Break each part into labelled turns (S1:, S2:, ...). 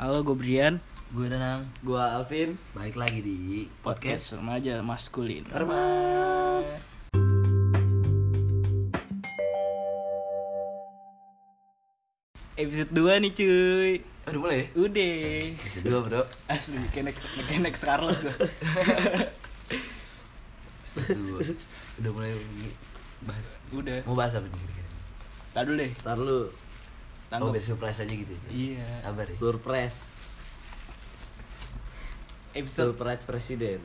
S1: Halo, gue Brian.
S2: Gue Danang,
S3: Gua Alvin.
S2: balik lagi di
S1: Podcast
S2: podcast.
S1: remaja maskulin.
S3: Remas.
S1: Episode 2 nih cuy.
S3: Aduh mulai. ya?
S1: Udah.
S2: Episode dua bro,
S1: Asli, kayak next, kayak next Carlos gue.
S2: episode dua. Udah mulai bahas.
S1: Udah.
S2: Mau bahas apa nih? kira-kira?
S1: Tadi dulu deh.
S3: Ntar lu
S2: Oh,
S1: Tanggap.
S2: biar surprise aja gitu. ya?
S1: Iya.
S2: Sabar ya.
S3: surprise.
S1: Episode
S3: Surprise presiden.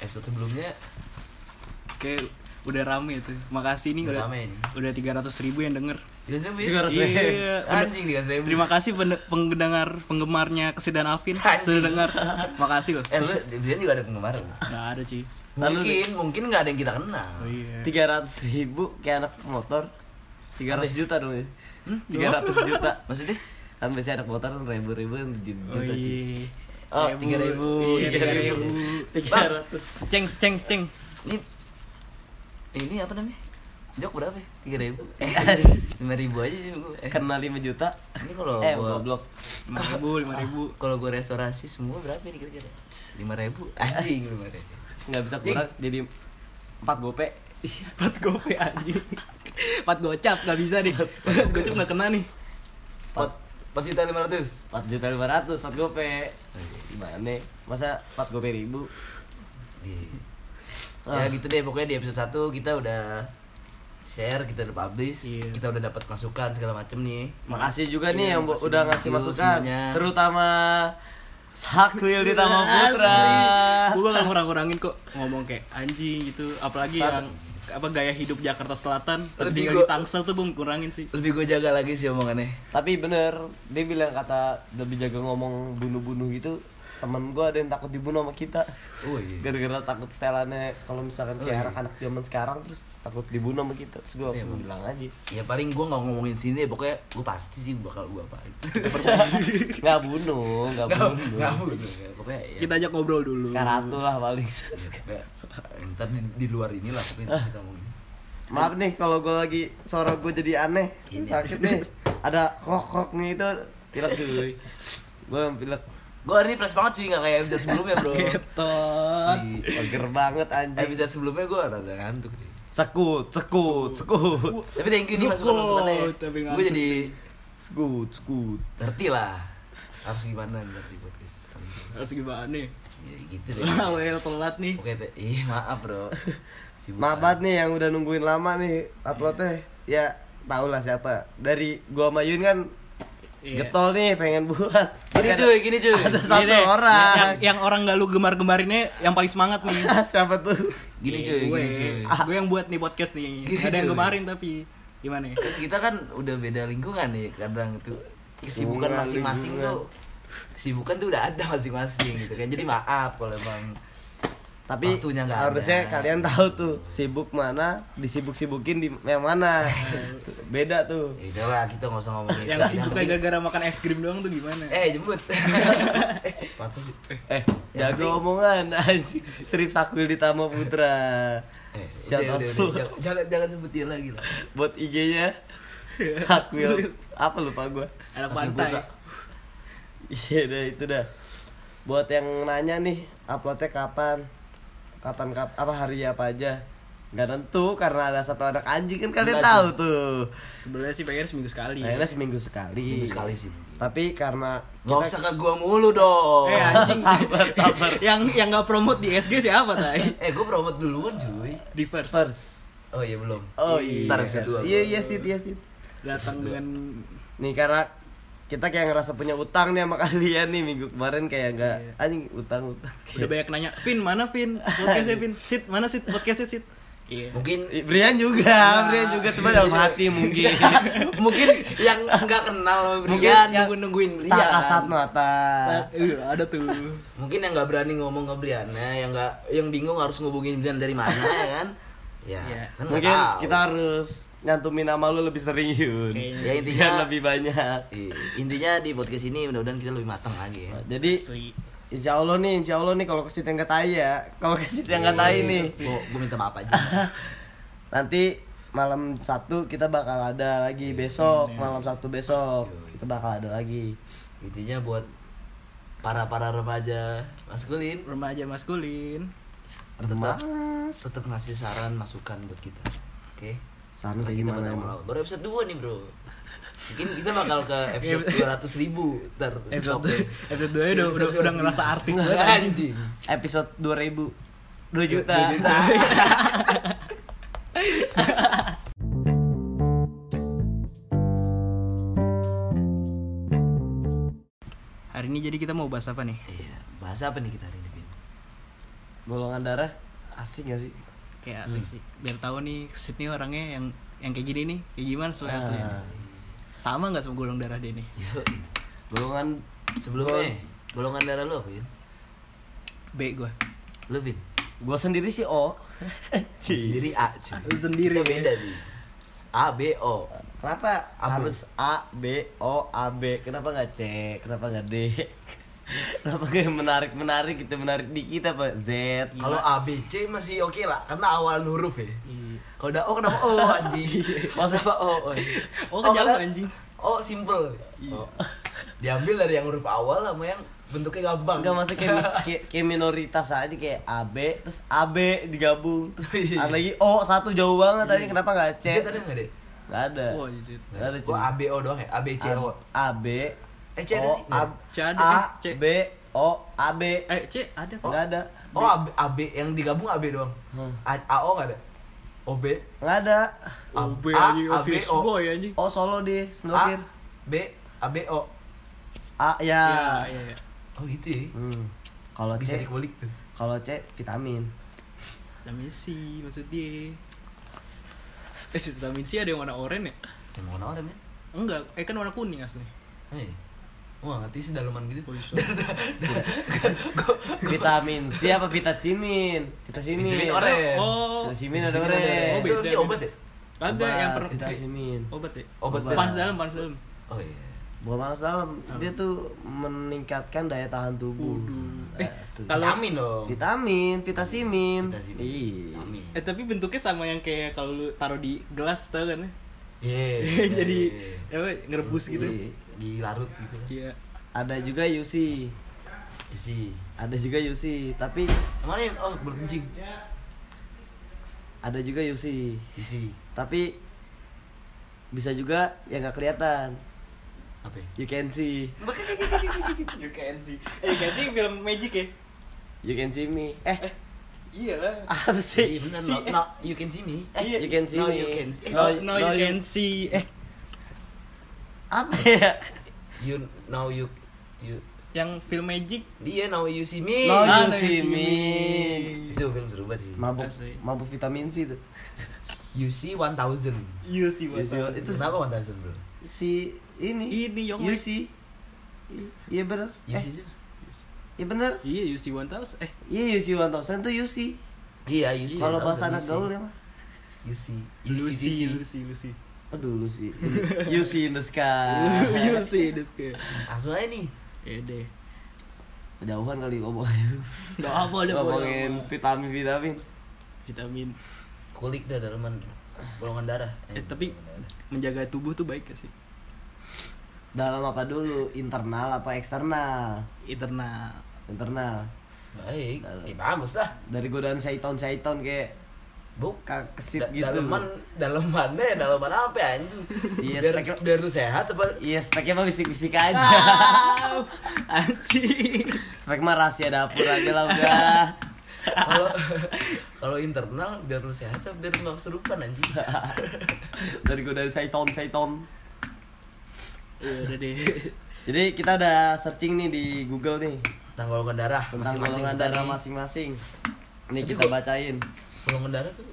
S2: Episode sebelumnya
S1: kayak udah rame tuh. Makasih nih udah.
S2: udah rame nih.
S1: Udah 300 ribu yang denger.
S2: Tiga ratus ribu. ya?
S3: 300 ribu.
S1: Iya.
S2: Anjing tiga ribu.
S1: Terima kasih pende- pendengar penggemarnya Kesidan Alvin
S2: Anjing.
S1: sudah dengar. Makasih loh.
S2: Eh lu di Brian juga ada penggemar. lu.
S1: Nggak ada cuy.
S2: Mungkin mungkin nggak ada yang kita kenal.
S1: iya.
S3: 300 ribu kayak anak motor. 300 juta dong ya.
S1: Hmm,
S3: 300 juta.
S2: Maksudnya?
S3: Kan biasanya anak motor kan ribu-ribu kan juta.
S1: Oh iya.
S2: Oh,
S1: Ribu,
S2: 3.000.
S1: Iya, 3.000.
S3: 300.
S1: Ceng, ceng, ceng.
S2: Ini ini apa namanya? Jok berapa ya? Tiga ribu. Eh, lima ribu aja sih gua. Eh,
S3: Kena 5 juta.
S2: Ini kalau
S3: eh,
S2: gua-
S3: goblok.
S1: 5 ribu, 5 ribu.
S2: Ah, Kalau gue restorasi semua berapa nih kira-kira? Lima ribu, anjing lima ribu.
S3: Enggak bisa kurang jadi 4 gope.
S1: 4 Iya, gope anjing. 4 gocap nggak bisa nih. 4 gocap nggak kena nih.
S2: Empat empat juta lima ratus.
S3: 4 juta 500 4 gope. Gimana? Masa 4 gope ribu?
S2: iya.
S1: Ah.
S2: Ya gitu deh pokoknya di episode 1 kita udah share, kita udah publish,
S1: Iya.
S2: kita udah dapat masukan segala macem nih.
S3: Makasih juga
S2: Iya,
S3: nih yang bu-
S2: makasih
S3: udah
S2: banget
S3: ngasih
S2: you
S3: masukan,
S2: semuanya.
S3: terutama Sakril di Tama
S1: Iya,
S3: Putra.
S1: Gue gak kurang-kurangin kok ngomong kayak anjing gitu. Apalagi yang apa gaya hidup Jakarta Selatan
S2: Lebih
S1: tinggal di
S2: gua- Iya.
S1: Tangsel tuh gue kurangin sih.
S2: Lebih gue jaga lagi sih omongannya.
S3: Tapi bener, dia bilang kata lebih jaga ngomong bunuh-bunuh gitu. Temen gue ada yang takut dibunuh sama kita.
S2: Oh iya.
S3: Gara-gara takut setelannya kalau misalkan
S2: Oh,
S3: kayak
S2: iya.
S3: anak-anak zaman sekarang terus takut dibunuh sama kita. Terus gue langsung bilang aja.
S2: Ya paling gue nggak ngomongin sini deh, pokoknya gue pasti sih bakal gue apa.
S3: Nggak bunuh, nggak bunuh.
S2: Nggak boleh. Pokoknya ya.
S1: Kita ajak ngobrol dulu.
S3: Sekarang tuh lah paling.
S2: ya, Ntar di, di luar inilah tapi
S1: Ah.
S2: ntar kita ngomongin.
S3: Maaf nih kalau gue lagi suara gue jadi aneh sakit nih ada kok koknya itu pilek cuy gue yang pilek
S2: Gue hari ini fresh banget cuy, nggak kayak episode sebelumnya bro.
S1: Ketot.
S2: Di-
S3: Pager banget anjing
S2: episode sebelumnya gue rada ngantuk sih
S3: sekut sekut sekut
S2: tapi thank you sih
S1: Lu
S2: masukan masukannya
S1: kok, tapi
S2: gue
S1: ngantuk.
S2: jadi
S3: sekut sekut
S2: ngerti lah harus gimana ntar di podcast kali ini.
S1: Harus gimana nih?
S2: ya gitu deh
S1: Lah, wel, telat nih.
S2: oke teh ih maaf bro Sibuk
S3: maaf
S2: banget.
S3: banget nih yang udah nungguin lama nih uploadnya ya tau lah siapa dari gua sama Yun kan
S1: Iya.
S3: getol nih pengen buat
S2: gini
S3: Ada-
S2: cuy gini cuy
S3: ada
S1: Ini
S3: satu
S1: deh, Yang,
S3: orang
S1: yang orang gak lu gemar-gemarinnya yang paling semangat nih.
S3: siapa tuh
S2: gini
S1: gue,
S2: cuy gini cuy
S1: gue yang buat nih podcast nih.
S2: Gini,
S1: Gak ada yang
S2: cuy.
S1: gemarin tapi gimana? ya?
S2: kan kita kan udah beda lingkungan nih kadang tuh kesibukan
S3: Lingkungan,
S2: masing-masing
S3: lingkungan.
S2: tuh kesibukan tuh udah ada masing-masing gitu kan jadi maaf kalau emang
S3: Tapi
S2: Waktunya nggak
S3: harusnya
S2: ada.
S3: kalian tahu tuh sibuk mana, disibuk-sibukin di yang mana. Beda tuh.
S2: ya udah lah kita nggak usah ngomongin
S1: Yang
S2: itu.
S1: sibuk
S2: penting-
S1: gara-gara makan es krim doang tuh gimana?
S2: eh jemput Eh, patah sih.
S3: Eh,
S2: Yang
S3: jago omongan anjing. Strip Sakwil di Tama Putra.
S2: Eh,
S3: Shout
S2: udah,
S3: out
S2: udah, udah.
S3: tuh Iya.
S2: Jangan- jangan jangan sebut dia lagi lah.
S3: buat IG-nya. Sakwil. Apa lupa gua?
S1: Anak
S2: Tapi
S1: pantai.
S2: buka.
S3: Iya dah itu dah. Buat yang nanya nih, uploadnya kapan? Kapan kap apa hari apa aja? Gak tentu karena ada satu anak anjing kan kalian
S2: Enggak
S3: tahu tuh.
S1: Sebenarnya sih pengen seminggu sekali.
S3: Akhirnya seminggu sekali.
S2: Iya. Seminggu sekali sih.
S3: Tapi karena
S2: Nggak usah ke gua mulu dong.
S1: Eh anjing.
S3: Sabar, sabar.
S1: yang yang nggak promote di SG siapa tay?
S2: Eh, gua promote duluan cuy.
S1: Di first.
S3: first.
S2: Oh iya belum.
S3: Oh iya.
S2: Ntar episode dua,
S3: Iya
S2: gua.
S3: iya sih iya sih.
S1: Datang dengan
S3: Nih karena kita kayak ngerasa punya utang nih sama kalian nih minggu kemarin kayak nggak
S2: Iya.
S3: anjing utang utang.
S1: udah banyak nanya. Vin mana Vin? Podcastnya Vin. Sit mana sit? Podcastnya sit. Iya.
S2: Mungkin
S3: Brian
S2: Iya.
S3: juga, Brian Nah, juga cuma dalam hati mungkin.
S2: mungkin yang nggak kenal sama Brian
S3: Iya. Mungkin yang
S2: nunggu nungguin
S3: tak
S2: Brian.
S3: kasat mata.
S2: Nah,
S1: Eh, ada tuh.
S2: Mungkin yang nggak berani ngomong ke Brian, nah, yang nggak yang bingung harus ngubungin Brian dari mana ya kan? Ya,
S1: Iya.
S2: kan nggak
S3: Mungkin
S2: tahu.
S3: kita harus nyantumin nama lu lebih sering Yun.
S1: Kayaknya
S2: Ya, sih.
S3: Ya
S2: intinya-
S3: intinya lebih banyak.
S2: Iya, intinya di podcast ini mudah-mudahan kita lebih matang lagi ya.
S3: Jadi
S1: Asli.
S3: Insya Allah nih, insya Allah nih kalau kesit yang nggak tai ya, kalau kesit yang nggak
S2: Iya,
S3: tai nih,
S2: Gua, gua minta maaf aja.
S3: Nanti malam Sabtu kita bakal
S2: Iya,
S3: ada lagi besok, malam Sabtu besok kita bakal ada lagi.
S2: intinya buat para para remaja maskulin
S1: remaja maskulin
S2: tetap
S3: Mas.
S2: tetap ngasih saran masukan buat kita oke
S3: Saran
S2: Karena
S3: kayak
S2: kita
S3: gimana
S1: Iya,
S2: baru
S3: emang?
S2: awal. baru episode 2 nih bro mungkin kita bakal ke episode dua ratus ribu ntar
S1: Iya, episode
S2: stopnya.
S1: episode dua udah udah, udah ngerasa artis
S2: Nggak,
S1: banget
S2: anjing
S3: Episode 2000. 2 juta.
S2: Dua juta.
S1: hari ini jadi kita mau bahas apa nih
S2: Iya, bahasa apa nih kita hari ini Bin?
S3: Golongan darah asing gak sih?
S1: kayak asik sih biar tahu nih Sydney orangnya yang yang kayak gini nih kayak gimana soalnya
S3: Ah.
S1: aslinya sama nggak sama golong darah dia nih
S2: Yuk.
S3: Golongan
S2: sebelumnya golongan darah lo apa Bin?
S1: B gue
S2: lo Bin?
S3: gue sendiri sih O.
S2: Gua sendiri A cuy
S1: Lu sendiri,
S2: Kita beda Bin A B O
S3: Kenapa
S2: Apa?
S3: harus A B O A B? Kenapa nggak C? Kenapa nggak D? Kenapa nggak yang menarik menarik gitu menarik di kita apa Z?
S2: kalau A B C masih oke lah karena awal huruf ya kalau udah O kenapa O anjing masa apa O anjing?
S1: O kan jauh,
S2: karena-
S1: anjing.
S2: O simple O. diambil dari yang huruf awal sama yang bentuknya gampang
S3: Enggak masuk kayak, mi- kayak, kayak minoritas aja kayak A B terus A B digabung terus
S2: Iya.
S3: ada lagi O satu jauh banget tadi kenapa nggak C?
S2: C tadi nggak deh
S3: Nggak ada.
S1: Oh, iya. Wah, jujur.
S3: Nggak ada
S2: Gua
S3: cuma
S2: A B O doang ya A B C
S3: A-
S2: O
S3: A B
S2: Eh, C ada
S3: O
S2: sih?
S3: A
S1: C ada,
S3: A
S1: eh, C.
S3: B O A B
S1: eh C ada kok
S3: nggak ada
S2: Oh AB, AB yang digabung AB doang.
S3: Hmm.
S2: A, AO nggak ada. OB,
S3: nggak ada
S2: A-
S1: O, B
S2: A,
S1: anjing
S2: A, B,
S1: office
S2: O.
S1: boy anjing
S3: O solo di
S2: A,
S3: snowkir
S2: B, ABO.
S3: A
S1: ya
S3: ya
S1: ya ya.
S2: Oh gitu ya.
S3: Hmm. Kalau
S2: Bisa
S3: C,
S2: dikulik tuh.
S3: kalau C vitamin.
S1: vitamin C maksud dia eh vitamin C ada yang warna oranye ya
S2: Emang mau nawarin ya?
S1: enggak eh kan warna kuning asli
S2: Apa ya? Wah ngerti sih daleman gitu.
S1: oh, iso.
S3: vitamin siapa vitacimin? Vitacimin.
S2: Vitamin oren.
S1: Oh.
S3: Vitacimin ada
S2: Vitacimin
S3: oren.
S1: Oh,
S2: oren. Itu
S1: beda,
S2: sih
S1: beda.
S2: obat ya?
S1: kagak yang pernah
S3: vitacimin.
S1: obat ya
S2: Obat
S3: Obat.
S1: panas dalam panas dalam
S2: Oh iya.
S3: Buah malas dalam dia tuh meningkatkan daya tahan tubuh.
S1: Eh,
S3: Asli.
S1: Kalau-
S2: Vitamin dong.
S3: vitamin, vitasimin.
S2: Vitamin.
S3: Iya.
S2: Vitamin.
S1: eh tapi bentuknya sama yang kayak kalau lu taruh di gelas tau kan ya?
S2: Iya.
S1: jadi apa ngerebus gitu
S3: Iya.
S2: dilarut gitu.
S1: iya
S3: Ada juga UC.
S2: Isi.
S3: Ada juga UC, tapi
S2: Kemarin oh berkencing.
S3: ada juga UC.
S2: Isi.
S3: Tapi bisa juga yang nggak kelihatan.
S2: Apa? ya?
S3: You can see.
S1: you can see eh you can see film magic ya
S3: You can see me. Eh,
S1: iyalah
S3: apa
S2: Iya
S3: sih?
S2: benar.
S1: si,
S2: no-
S1: eh.
S2: no, you can see me. Eh,
S1: Iya.
S3: You can see
S2: No,
S3: me.
S2: you can see.
S1: no, no, you can see eh
S3: Apa ya?
S2: You now you you
S1: yang film magic
S2: Dia now you see me.
S3: No,
S1: Ah, no, you
S3: you see
S1: see
S3: me.
S2: Itu film seru banget sih.
S3: Mabuk,
S1: Asli.
S3: mabuk vitamin C itu.
S2: You see 1000.
S1: you see
S3: You see what-
S2: Itu
S3: itu
S2: kenapa 1000, Bro?
S3: si ini.
S1: ini yang
S3: You see. I- Iya bener.
S2: You
S3: Eh,
S2: see siapa?
S3: iya bener.
S1: iya you see one thousand eh
S3: Iya you see 1000 tuh you see.
S2: Iya, you see. 1000,
S3: Kalau bahasa
S2: you
S3: anak
S2: see.
S3: gaul ya mah.
S2: You see. You
S1: Lucy
S2: see. TV.
S1: Lucy Lucy
S3: Aduh lu sih. You see in the sky.
S2: Ah.
S1: you see this guy
S2: Langsung aja nih.
S1: ya deh
S3: Jauhan kali ngomongnya.
S1: doa boleh
S3: Ngomongin vitamin vitamin.
S1: vitamin
S2: Kulik dah dalaman golongan darah.
S1: Eh, tapi-
S2: golongan darah.
S1: menjaga tubuh tuh baik gak sih
S3: Dalam apa dulu? Internal apa eksternal?
S1: internal
S3: Internal.
S2: baik.
S3: Dalam.
S2: Eh, bagus lah.
S3: Dari godaan syaiton-syaiton kayak
S2: Bukan
S3: ka- kesit
S2: Da-
S3: gitu.
S2: Dalaman, dalaman deh, dalaman apa ya, anjing?
S3: Iya,
S2: biar,
S3: spekul-
S2: biar lu sehat apa?
S3: Iya speknya mah bisik-bisik
S2: Ah.
S3: aja
S1: anjing
S3: Spek mah rahasia dapur aja lah udah
S2: Kalau kalau internal biar lu sehat apa biar lu nggak kesurupan anjing.
S3: Dari gue dari Saiton, Saiton
S1: ya udah deh
S3: Jadi kita udah searching nih di Google nih
S2: Tentang golongan darah
S3: Tentang
S2: masing-masing
S3: golongan
S2: kita
S3: darah
S2: nih.
S3: masing-masing Nih
S2: Tapi
S3: kita
S2: gua-
S3: bacain
S2: golongan darah tuh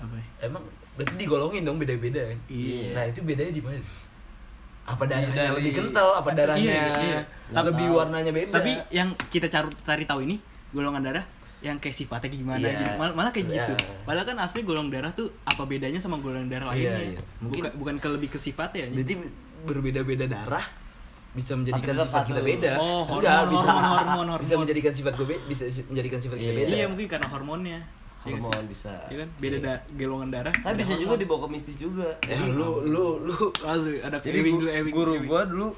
S1: apa ya?
S2: emang berarti digolongin dong beda-beda kan
S3: Iya.
S2: nah itu bedanya di mana apa darahnya
S3: dari-
S2: lebih kental apa darahnya
S1: Iya, iya.
S2: Tapi- lebih
S3: Tahu.
S2: warnanya beda
S1: Tapi yang kita cari, cari tahu ini golongan darah yang kayak sifatnya kayak gimana
S2: Iya.
S1: gitu. Mal- Malah, kayak
S2: Iya.
S1: gitu. Padahal kan asli golongan darah tuh apa bedanya sama golongan darah
S2: Iya,
S1: lainnya?
S2: iya. Mungkin-
S1: Mungkin bukan, bukan ke lebih ke sifatnya ya.
S2: berarti berbeda-beda darah bisa menjadikan
S3: tetap
S2: sifat
S3: satu.
S2: kita beda
S1: Oh, hormon,
S2: Enggak,
S1: hormon,
S2: bisa,
S1: hormon, hormon, hormon.
S2: bisa menjadikan sifat gue beda bisa si- menjadikan sifat kita
S3: Iya.
S2: beda
S1: Iya, mungkin karena hormonnya. Iya nggak sih?
S3: Hormon bisa
S1: Iya kan? Beda da- golongan darah. ada
S3: Tapi bisa juga
S1: hormon.
S3: dibawa ke mistis juga
S2: Eh, lu lu lu
S1: asli ada
S3: Jadi
S1: Ewing
S3: gu-
S1: dulu, Ewing,
S3: guru
S1: Ewing.
S3: gue dulu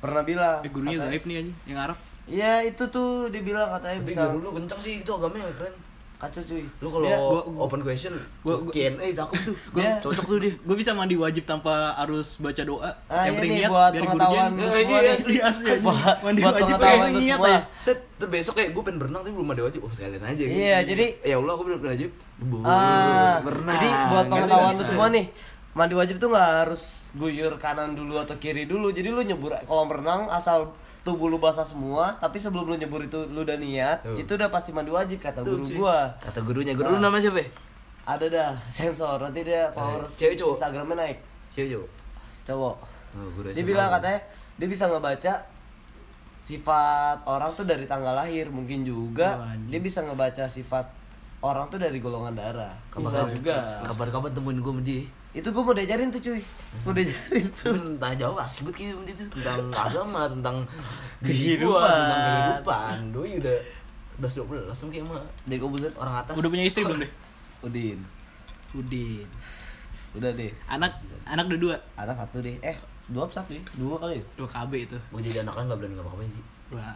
S3: pernah bilang
S1: Eh gurunya
S3: katanya-
S1: gaib nih anjing, yang Arab.
S3: Iya itu tuh dibilang katanya
S2: Tapi
S3: bisa Iya,
S2: guru lu kenceng sih itu agamanya keren.
S3: kacau cuy.
S2: Lu kalau
S3: Dia-
S1: gua- gua-
S2: open question,
S1: gua- gua-
S2: gua, Q&A takut tuh. Gua
S3: Dia-
S2: cocok tuh dia.
S1: Gue bisa mandi wajib tanpa harus baca doa.
S3: Ah,
S1: yang
S3: ini
S1: penting niat
S3: buat
S1: dari gurunya.
S3: pengetahuan lu
S1: Eh,
S3: semua
S1: iya,
S3: nih.
S1: iya, iya, iya.
S3: Buat-
S1: Mandi
S3: buat
S1: wajib
S3: pengetahuan
S1: pengen
S3: lu
S1: niat
S3: semua.
S1: aja.
S2: Set, terus besok kayak gue pengen berenang tapi belum ada wajib. Oh, sekalian aja. gitu.
S3: Iya, jadi-
S2: ya Allah aku belum ada wajib. Bu,
S3: Ah,
S2: berenang.
S3: jadi buat
S2: Ngerti
S3: pengetahuan
S2: nggak
S3: lu
S2: sih?
S3: semua nih mandi wajib tuh nggak harus guyur kanan dulu atau kiri dulu jadi lu nyebur kolam renang asal tubuh lu basah semua tapi sebelum lu nyebur itu lu udah niat
S2: Tuh.
S3: itu udah pasti mandi wajib kata
S2: Tuh,
S3: guru
S2: cuy.
S3: gua Ah.
S2: Kata gurunya, guru lu nama siapa? ya?
S3: ada dah sensor nanti dia followers
S2: Eh, Cewek, cowok?
S3: instagramnya naik
S2: Siapa cowok?
S3: cowok
S2: Oh, guru
S3: dia
S2: SMA.
S3: bilang katanya dia bisa ngebaca sifat orang tuh dari tanggal lahir mungkin juga
S1: Wah, anjing.
S3: dia bisa ngebaca sifat orang tuh dari golongan darah bisa juga
S2: Kabar-kabar temuin gue sama dia.
S3: itu gue mau diajarin tuh cuy mau diajarin
S2: Gue entah jauh asik banget kayak sama dia tuh tentang agama, tentang diri gua,
S3: Kehidupan.
S2: tentang kehidupan. Doi udah 11 12 langsung kayak sama
S3: deh gue buzzer
S2: orang atas.
S1: Udah punya istri belum deh?
S3: udin
S1: Udin.
S3: udah deh
S1: Anak anak udah dua.
S3: ada satu deh eh dua apa satu ya dua kali ya?
S1: Dua KB itu.
S2: Gue jadi anak kan gak berani ngapa-ngapain sih.
S1: Dua.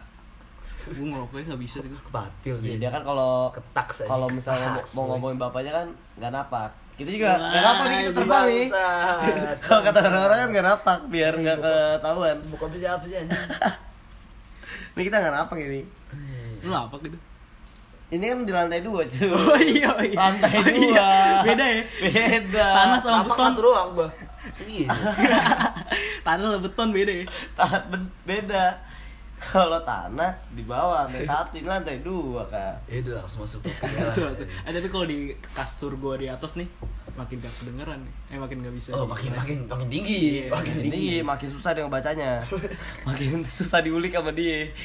S1: Gue ngerokoknya gak bisa sih gue.
S2: Kebatil sih.
S3: Iya, dia kan kalau
S2: Ketaks aja.
S3: kalau misalnya mau,
S2: Ketaks,
S3: mau
S2: boy.
S3: ngomongin bapaknya kan nggak napak kita juga
S2: Wah,
S3: nggak napak nih kita terbang nih
S2: bangsat.
S3: kalau kata orang-orang kan nggak napak biar nggak ketahuan
S2: Buka apa sih apa sih anjing?
S3: ini kita nggak napak ini
S1: Lu apa gitu?
S3: ini kan di lantai dua cuy
S1: Oh iya, oh iya.
S3: lantai
S1: Oh,
S3: dua
S1: iya. Beda ya?
S3: beda
S1: Tanah sama
S2: Tapak
S1: beton.
S2: satu doang, Bah. Iya.
S1: Tanah sama beton beda ya.
S3: Ta- ben- beda kalau tanah di bawah lantai satu ini lantai dua kak
S2: Ya udah langsung masuk ke
S1: Masuk,
S2: penjara.
S1: masuk. Eh, tapi kalau di kasur gua di atas nih makin gak kedengeran nih. Eh makin gak bisa.
S2: Oh, makin makin makin tinggi, Iya, makin tinggi.
S3: ini makin susah dia ngebacanya makin susah diulik sama dia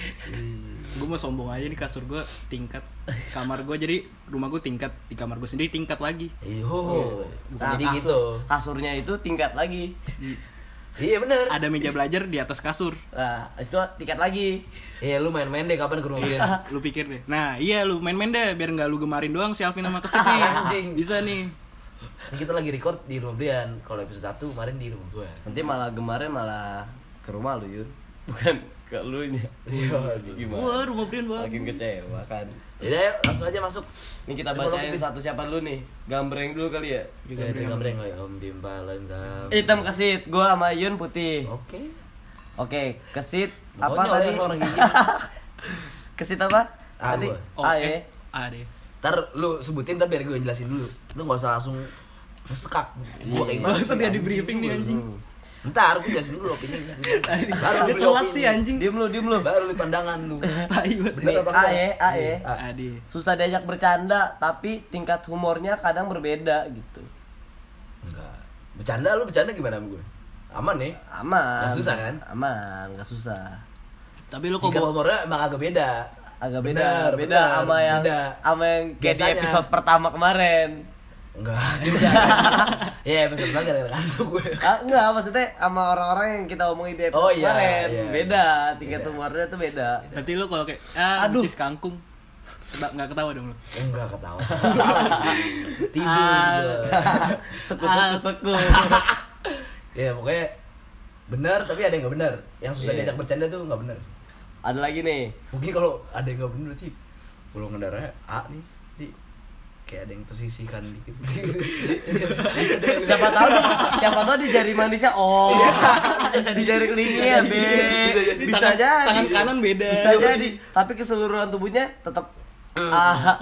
S1: Gue mau sombong aja nih kasur gua tingkat. Kamar gua jadi rumah gua tingkat, di kamar gua sendiri tingkat lagi.
S2: Iyo, Iya, bukan
S3: Nah,
S2: jadi
S3: kasur-
S2: gitu.
S3: kasurnya itu tingkat lagi
S2: Iya bener.
S1: Ada meja belajar di atas kasur.
S3: nah itu tingkat lagi
S2: Iya lu main-main deh kapan ke rumah Brian?
S1: Lu pikir deh. Nah, iya lu main-main deh biar nggak lu gemarin doang si Alvin sama Kesik nih.
S2: Anjing.
S1: Bisa nih.
S2: Ini kita lagi record di rumah Brian. Kalau episode 1 kemarin di rumah gua.
S3: nanti malah kemarin malah ke rumah lu Yun bukan ke lu nya
S2: Iya.
S1: Wah,
S3: gimana
S1: rumah Brian banget.
S3: makin kecewa kan
S2: Yaudah yuk langsung aja masuk.
S3: ini kita
S2: Sebelum
S3: bacain
S2: kita-
S3: satu siapa dulu nih gambreng dulu kali ya
S2: Ya, ada gambreng kayak Om Bimba, Lem Gam.
S3: hitam kesit gua sama Yun putih
S2: Oke.
S3: Oke, kesit apa
S2: Bonyol
S3: tadi?
S2: ya orang gigi.
S3: kesit apa?
S2: Ah,
S3: tadi?
S2: gua.
S1: Oh,
S3: ah,
S1: eh,
S3: ya.
S1: ah, deh.
S2: Ntar lu sebutin tapi biar gue jelasin dulu. Lu gak usah langsung sekak gua kayak
S1: Masa dia di
S2: anjing.
S1: briefing nih anjing.
S2: Ntar gue jelasin dulu opini. Baru
S1: Dia
S2: beli
S1: telat
S2: opini.
S1: sih anjing.
S3: Diem lu, diem lu.
S2: Baru beli pandangan lu.
S1: Tai banget.
S2: Bener apa
S3: Ah,
S2: enggak? Iya.
S3: ya, ah, ya.
S1: Ah, deh.
S3: Susah diajak bercanda, tapi tingkat humornya kadang berbeda gitu.
S2: Enggak. Bercanda lu bercanda gimana sama gue? Aman nih.
S3: Aman.
S2: Nggak susah, kan?
S3: Aman, nggak susah.
S1: Tapi lu kok
S2: Tingkat
S1: bawa
S2: humornya emang agak beda.
S3: Agak beda,
S2: Bener,
S3: beda
S2: bener,
S3: sama yang
S2: beda.
S3: sama yang kayak di
S2: Biasanya.
S3: episode pertama kemarin.
S2: Enggak juga. Ya, betul banget gara-gara kantuk gue.
S3: Ah, enggak, maksudnya sama orang-orang yang kita omongin di episode
S2: Oh, iya,
S3: kemarin.
S2: iya,
S3: beda,
S2: iya.
S3: tingkat
S2: Beda.
S3: humornya tuh beda.
S1: Berarti lu kalau kayak ah,
S3: Aduh.
S1: cis kangkung. Keta- Nggak ketawa dong lu. Ah.
S2: Enggak ketawa. Tidur gue.
S3: Sekut-sekut.
S2: Ya, pokoknya benar tapi ada yang gak benar. Yang susah
S3: Iya.
S2: diajak bercanda tuh gak benar.
S3: Ada lagi nih.
S2: Mungkin kalau ada yang gak benar sih golongan darahnya A nih. Di kayak ada yang tersisihkan dikit.
S3: siapa tahu siapa tahu di jari manisnya oh
S1: Iya.
S3: di jari kelingnya B
S1: Di
S3: bisa
S1: tangan-
S3: jadi
S1: tangan kanan beda. Iya.
S3: bisa jadi tapi keseluruhan tubuhnya tetap
S1: Hmm.
S3: ah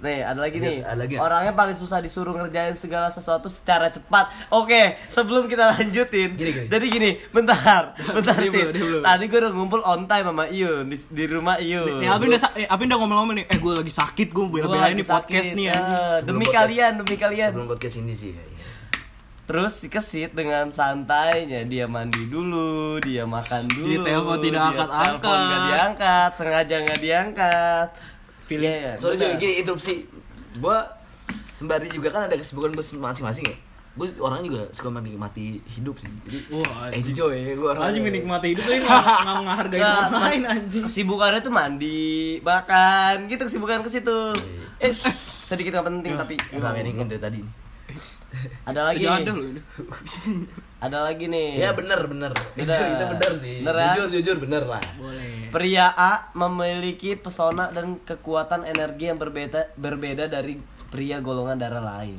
S3: nih ada lagi nih
S2: Ada lagi.
S3: orangnya paling susah disuruh ngerjain segala sesuatu secara cepat oke sebelum kita lanjutin
S2: Gini, gini.
S3: jadi gini bentar bentar
S1: Dia
S3: sih
S1: belum, dia belum.
S3: tadi gue udah ngumpul on time sama Iun di, di rumah Iun
S1: Nih, Alvin udah sa- eh, Alvin udah ngomel-ngomel nih. Eh, gue lagi sakit, gue
S3: Gua
S1: bela-belain
S3: lagi
S1: nih podcast
S3: sakit.
S1: nih
S3: Eh,
S1: anjing.
S3: demi
S2: Sebelum podcast-
S3: kalian demi kalian
S2: Sebelum podcast ini sih. kayaknya.
S3: Terus dikesit dengan santainya dia mandi dulu, dia makan dulu.
S1: Dia telepon tidak
S3: dia
S1: angkat-angkat.
S3: telepon nggak diangkat, sengaja nggak diangkat. Iya, iya,
S2: Sorry
S3: benar.
S2: cuy, gini interupsi. Gua sembari juga kan ada kesibukan gue masing-masing ya. Gue orang juga suka menikmati hidup sih. Jadi
S1: Wah, anjing.
S2: enjoy gue orang.
S1: Anjing menikmati hidup aja nggak nggak menghargai
S3: Nggak,
S1: orang lain
S3: mas-
S1: anjing.
S3: Kesibukannya tuh mandi,
S1: Iya,
S3: makan, gitu kesibukan ke situ. Eh, sedikit nggak penting tapi.
S2: Enggak ini kan dari tadi.
S3: Ada lagi.
S1: Iya, Sudah ada loh Iya, ini.
S3: Ada lagi nih.
S2: Ya bener bener. Itu
S3: Bener.
S2: itu bener sih.
S3: Bener ya?
S2: Jujur jujur bener lah.
S1: Boleh.
S3: Pria A memiliki pesona dan kekuatan energi yang berbeda berbeda dari pria golongan darah lain.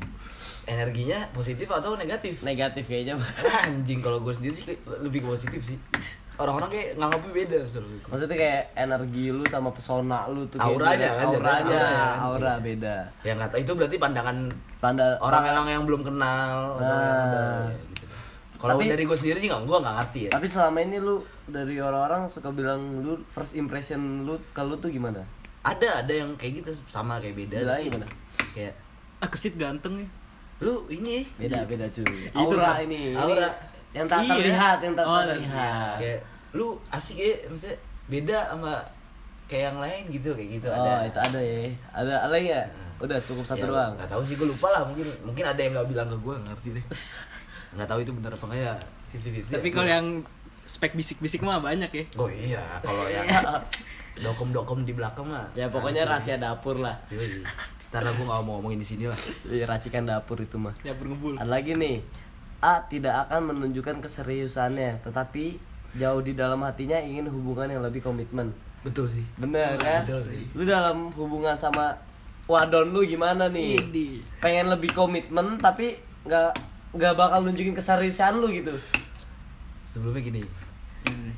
S2: Energinya positif atau negatif?
S3: Negatif kayaknya.
S2: Anjing kalau gue sendiri sih lebih ke positif sih. Orang-orang kayak nganggapnya beda selalu.
S3: Maksudnya kayak energi lu sama pesona lu tuh kayak
S2: Auranya
S3: beda.
S2: kan, jadi
S3: auranya,
S2: auranya kan.
S3: aura beda.
S2: Ya nggak tahu itu berarti pandangan
S3: Panda
S2: orang-orang yang belum kenal. atau
S3: Nah.
S2: yang udah, ya gitu. Kalau
S3: Tapi-
S2: dari gue sendiri sih nggak, gue nggak ngerti ya.
S3: Tapi selama ini lu dari orang-orang suka bilang lu first impression lu ke lu tuh gimana?
S2: Ada ada yang kayak gitu sama kayak beda.
S3: Bilangnya gimana?
S2: Kayak
S1: Ah, kesit ganteng ya.
S2: lu ini
S3: Beda beda cuy.
S1: Itu
S3: Aura
S1: kan,
S3: ini. ini
S2: aura. iya.
S3: yang tak
S1: Iya.
S3: terlihat, yang tak
S1: Oh,
S3: terlihat.
S2: kayak lu asik ya maksudnya beda sama kayak yang lain gitu kayak gitu ada
S3: Oh, itu ada ya. Ada ada lagi ya? Udah cukup satu
S2: Ya,
S3: doang.
S2: nggak tahu sih gue lupa lah mungkin mungkin ada yang nggak bilang ke gue nggak ngerti deh nggak tahu itu benar apa enggak ya fifty fifty
S1: Tapi kalau yang spek bisik-bisik mah banyak ya.
S2: oh iya kalau yang dokom dokom di belakang mah
S3: Ya pokoknya rahasia dapur lah.
S2: Yoi. karena gue nggak mau ngomongin di sini lah
S3: Iya, Racikan dapur itu mah.
S1: Dapur ngebul.
S3: Ada lagi nih. A tidak akan menunjukkan keseriusannya, tetapi jauh di dalam hatinya ingin hubungan yang lebih komitmen.
S2: betul sih
S3: Bener kan?
S2: betul sih.
S3: Lu dalam hubungan sama wadon lu gimana nih?
S1: Idi.
S3: Pengen lebih komitmen tapi nggak nggak bakal nunjukin keseriusan lu gitu.
S2: sebelumnya gini
S1: Ini nih.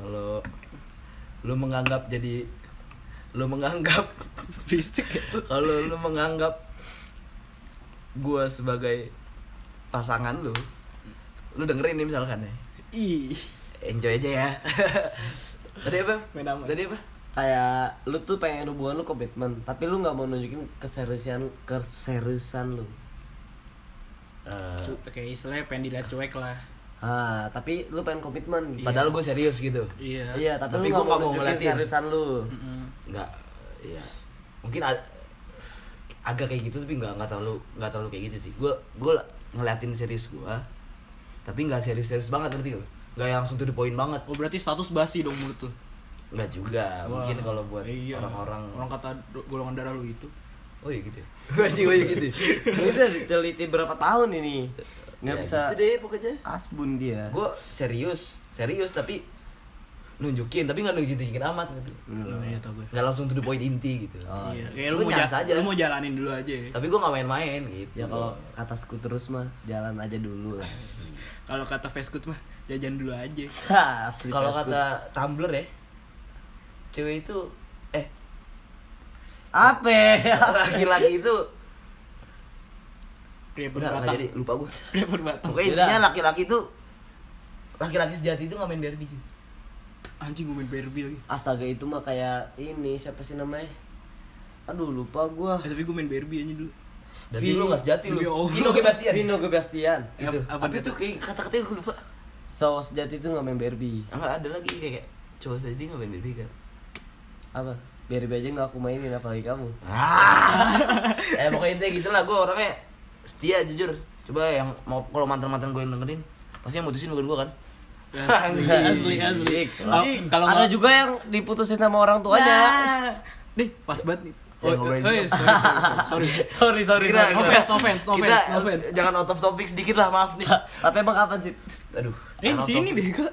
S2: kalau lu menganggap jadi lu menganggap
S1: Bisik ya tuh.
S2: kalau lu menganggap gua sebagai pasangan lu lu dengerin nih misalkan ya
S1: Ih.
S2: enjoy aja ya tadi apa
S1: Main aman.
S2: tadi apa
S3: Kayak lu tuh pengen hubungan lu komitmen, tapi lu nggak mau nunjukin keseriusan keseriusan lu.
S2: Eh,
S1: Cu- Kayak istilahnya pengen dilihat cuek lah.
S3: Ah, tapi lu pengen komitmen.
S2: padahal gue serius gitu
S1: Iya.
S3: Iya, tapi,
S2: Tapi
S3: lu
S2: gua
S3: nggak
S2: nggak
S3: mau
S2: mau
S3: nunjukin
S2: ngeliatin. Hmm.
S3: keseriusan lu.
S1: Mm-mm.
S2: nggak ya mungkin a- agak kayak gitu tapi nggak nggak terlalu nggak terlalu kayak gitu sih gue gue ngeliatin serius gue tapi nggak serius-serius banget ngerti gak nggak yang langsung tuh di poin banget
S1: Oh berarti status basi dong menurut tuh.
S2: nggak juga mungkin kalau buat orang-orang
S1: iya. orang kata do- golongan darah lu itu.
S2: oh iya gitu ya anjing lo iya gitu
S3: Ini udah diteliti berapa tahun ini. Nggak
S2: Ya,
S3: bisa
S2: gitu deh pokoknya
S3: asbun dia.
S2: gue serius serius tapi nunjukin tapi nggak nunjukin nunjukin amat
S1: Oh, iya tau gue.
S2: nggak langsung to the point inti gitu
S1: iya. Kayak
S2: Lu
S1: lu, mau
S2: nyans
S1: ja-
S2: aja.
S1: lu mau jalanin dulu aja ya.
S2: tapi gue nggak main-main gitu
S3: Ya kalau atasku terus mah jalan aja dulu lah.
S1: Kalau kata Facebook mah jajan dulu aja.
S3: Hah, asli
S2: kalau
S3: Facebook.
S2: kata Tumblr ya cewek itu eh
S3: apa? ya?
S2: laki-laki itu
S1: Pria
S2: nggak nggak
S1: berbatang.
S2: jadi lupa gue
S1: Pria berbatang.
S2: pokoknya
S3: Yaudah.
S2: intinya laki-laki itu laki-laki sejati itu nggak main Barbie gitu.
S1: Anjing gue main Barbie lagi.
S3: Astaga itu mah kayak ini siapa sih namanya? Aduh lupa gua.
S1: Eh, tapi gue main Barbie aja dulu.
S2: berarti
S3: Vi-
S2: lu nggak sejati lu
S1: Vi- oh.
S2: Vino Gebastian
S3: Vino Gebastian.
S2: gitu
S1: Apa- apa
S2: apa
S1: itu?
S2: itu kayak kata-katanya gue lupa
S3: So sejati itu nggak main Barbie.
S2: Ah, nggak ada lagi kayak coba saja nggak main Barbie kan
S3: Apa? Barbie aja nggak aku mainin apalagi kamu.
S2: Ah. eh pokoknya intinya gitu lah gue orangnya setia jujur coba yang mau kalau mantan mantan gue yang dengerin pasti yang mutusin bukan gue kan
S1: Asli, asli, asli. Kalau- Kalau
S3: ada
S1: nggak- Nah.
S3: juga yang diputusin sama orang tuanya.
S1: Deh, pas banget nih.
S2: Ya, ngobrolin
S1: eh, sorry,
S2: juga.
S1: sorry, sorry.
S3: sorry sorry.
S2: Kita-
S3: sorry.
S1: No offense, no offense, no
S2: Kita-
S1: offense, no offense. Eh,
S2: jangan out of topic sedikit lah maaf nih
S3: Tapi emang kapan sih?
S2: aduh
S1: Eh,
S2: out of
S1: sini
S2: topic.
S1: bego.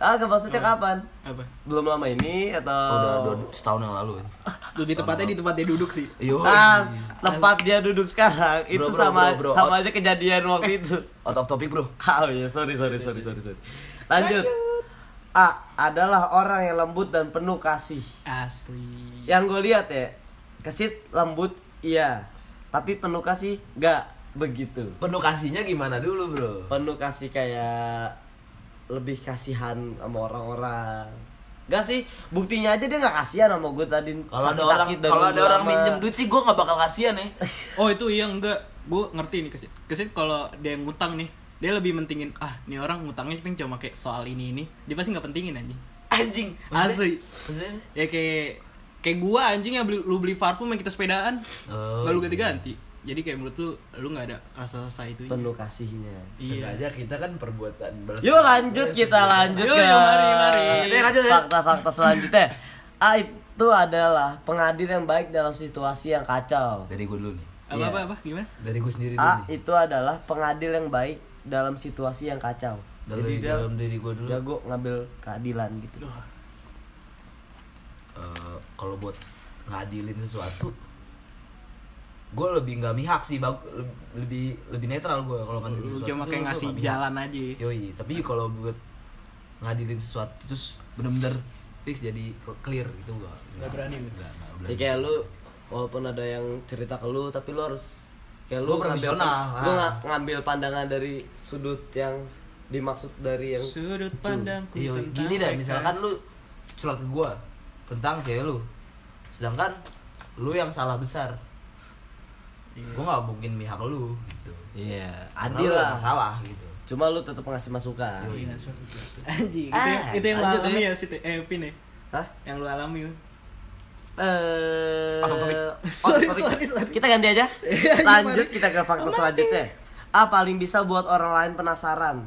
S3: Ah, nggak maksudnya kapan?
S1: Apa?
S3: Belum lama ini atau?
S2: Oh, udah udah setahun yang lalu kan. itu
S1: Tuh di tempatnya di tempat dia duduk sih.
S2: yo
S3: Ah, tempat dia duduk sekarang itu
S2: bro,
S3: sama
S2: bro, bro.
S3: sama aja kejadian waktu itu.
S2: out of topic bro
S3: Ah, oh iya, sorry, sorry, sorry, sorry, sorry. Lanjut. A adalah orang yang lembut dan penuh kasih.
S1: Asli.
S3: Yang gue lihat ya, kesit lembut iya, tapi penuh kasih gak begitu.
S2: penuh kasihnya gimana dulu bro
S3: Penuh kasih kayak lebih kasihan sama orang-orang. Gak sih, buktinya aja dia gak kasihan sama gue tadi.
S2: kalau ada orang
S3: sakit-sakit dan
S2: kalau ada orang
S3: lama.
S2: minjem duit sih gue nggak bakal kasihan ya
S1: Oh itu iya enggak, gue ngerti nih kesit. Kesit kalau dia yang ngutang nih, dia lebih mentingin ah nih orang ngutangnya penting cuma kayak soal ini ini, dia pasti nggak pentingin anjing.
S2: anjing
S1: Asli.
S2: maksudnya
S1: Ya kayak kayak gua anjing ya beli, lu beli parfum yang kita sepedaan,
S2: Oh,
S1: nggak lu ganti-ganti. Jadi kayak menurut lu lu nggak ada rasa rasa itu.
S3: penuh kasihnya.
S1: Iya.
S2: Sengaja kita kan perbuatan balas.
S3: Yuk lanjut kita lanjut
S1: Yuk,
S3: ke
S1: yuk, mari, mari. Lanjut, lanjut, lanjut.
S3: fakta-fakta selanjutnya. A itu adalah pengadil yang baik dalam situasi yang kacau.
S2: Dari gue dulu nih.
S1: apa apa apa gimana
S2: dari gue sendiri
S3: A
S2: dulu nih.
S3: itu adalah pengadil yang baik dalam situasi yang kacau.
S2: Dalam,
S3: Jadi dia
S2: dalam diri gue dulu
S3: jago ngambil keadilan gitu.
S1: Duh,
S2: eh, kalau buat ngadilin sesuatu gue lebih nggak mihak sih bag- leb- lebih lebih netral gue kalau ngadilin
S1: lu
S2: sesuatu
S1: cuma
S2: tuh
S1: kayak
S2: gua
S1: ngasih
S2: nggak Iya. mihak.
S1: jalan Nah. aja
S2: yoi tapi kalau buat ngadilin sesuatu terus bener-bener fix jadi ke- clear gitu gue
S1: Nggak berani lu.
S2: Nah.
S3: Ya kayak lu walaupun ada yang cerita ke lu tapi lu harus kayak
S2: Lu profesional,
S3: ngambil,
S2: ah.
S3: lu nga- ngambil pandangan dari sudut yang dimaksud dari yang
S1: sudut pandangku
S2: Iya,
S1: tentang
S2: gini dah
S1: mereka.
S2: misalkan lu curhat ke gua tentang cewek lu. Sedangkan lu yang salah besar.
S1: Iya.
S2: Gua nggak mungkin mihak lu gitu.
S3: Iya,
S2: Karena
S3: adil
S2: lu ada
S3: lah.
S2: masalah gitu.
S3: Cuma lu tetap ngasih masukan.
S1: Iya, suatu suatu. Anjing, itu,
S3: Ah,
S1: itu yang lu
S3: lanjut
S1: alami ya,
S3: ya.
S1: Siti? Eh, Pin ya?
S3: Hah?
S1: Yang lu alami
S2: Iya,
S3: Eh,
S2: Out of topic.
S1: Sorry,
S3: out of topic.
S1: sorry, sorry.
S3: Kita ganti aja. Lanjut kita ke fakta selanjutnya. Ah paling bisa buat orang lain penasaran.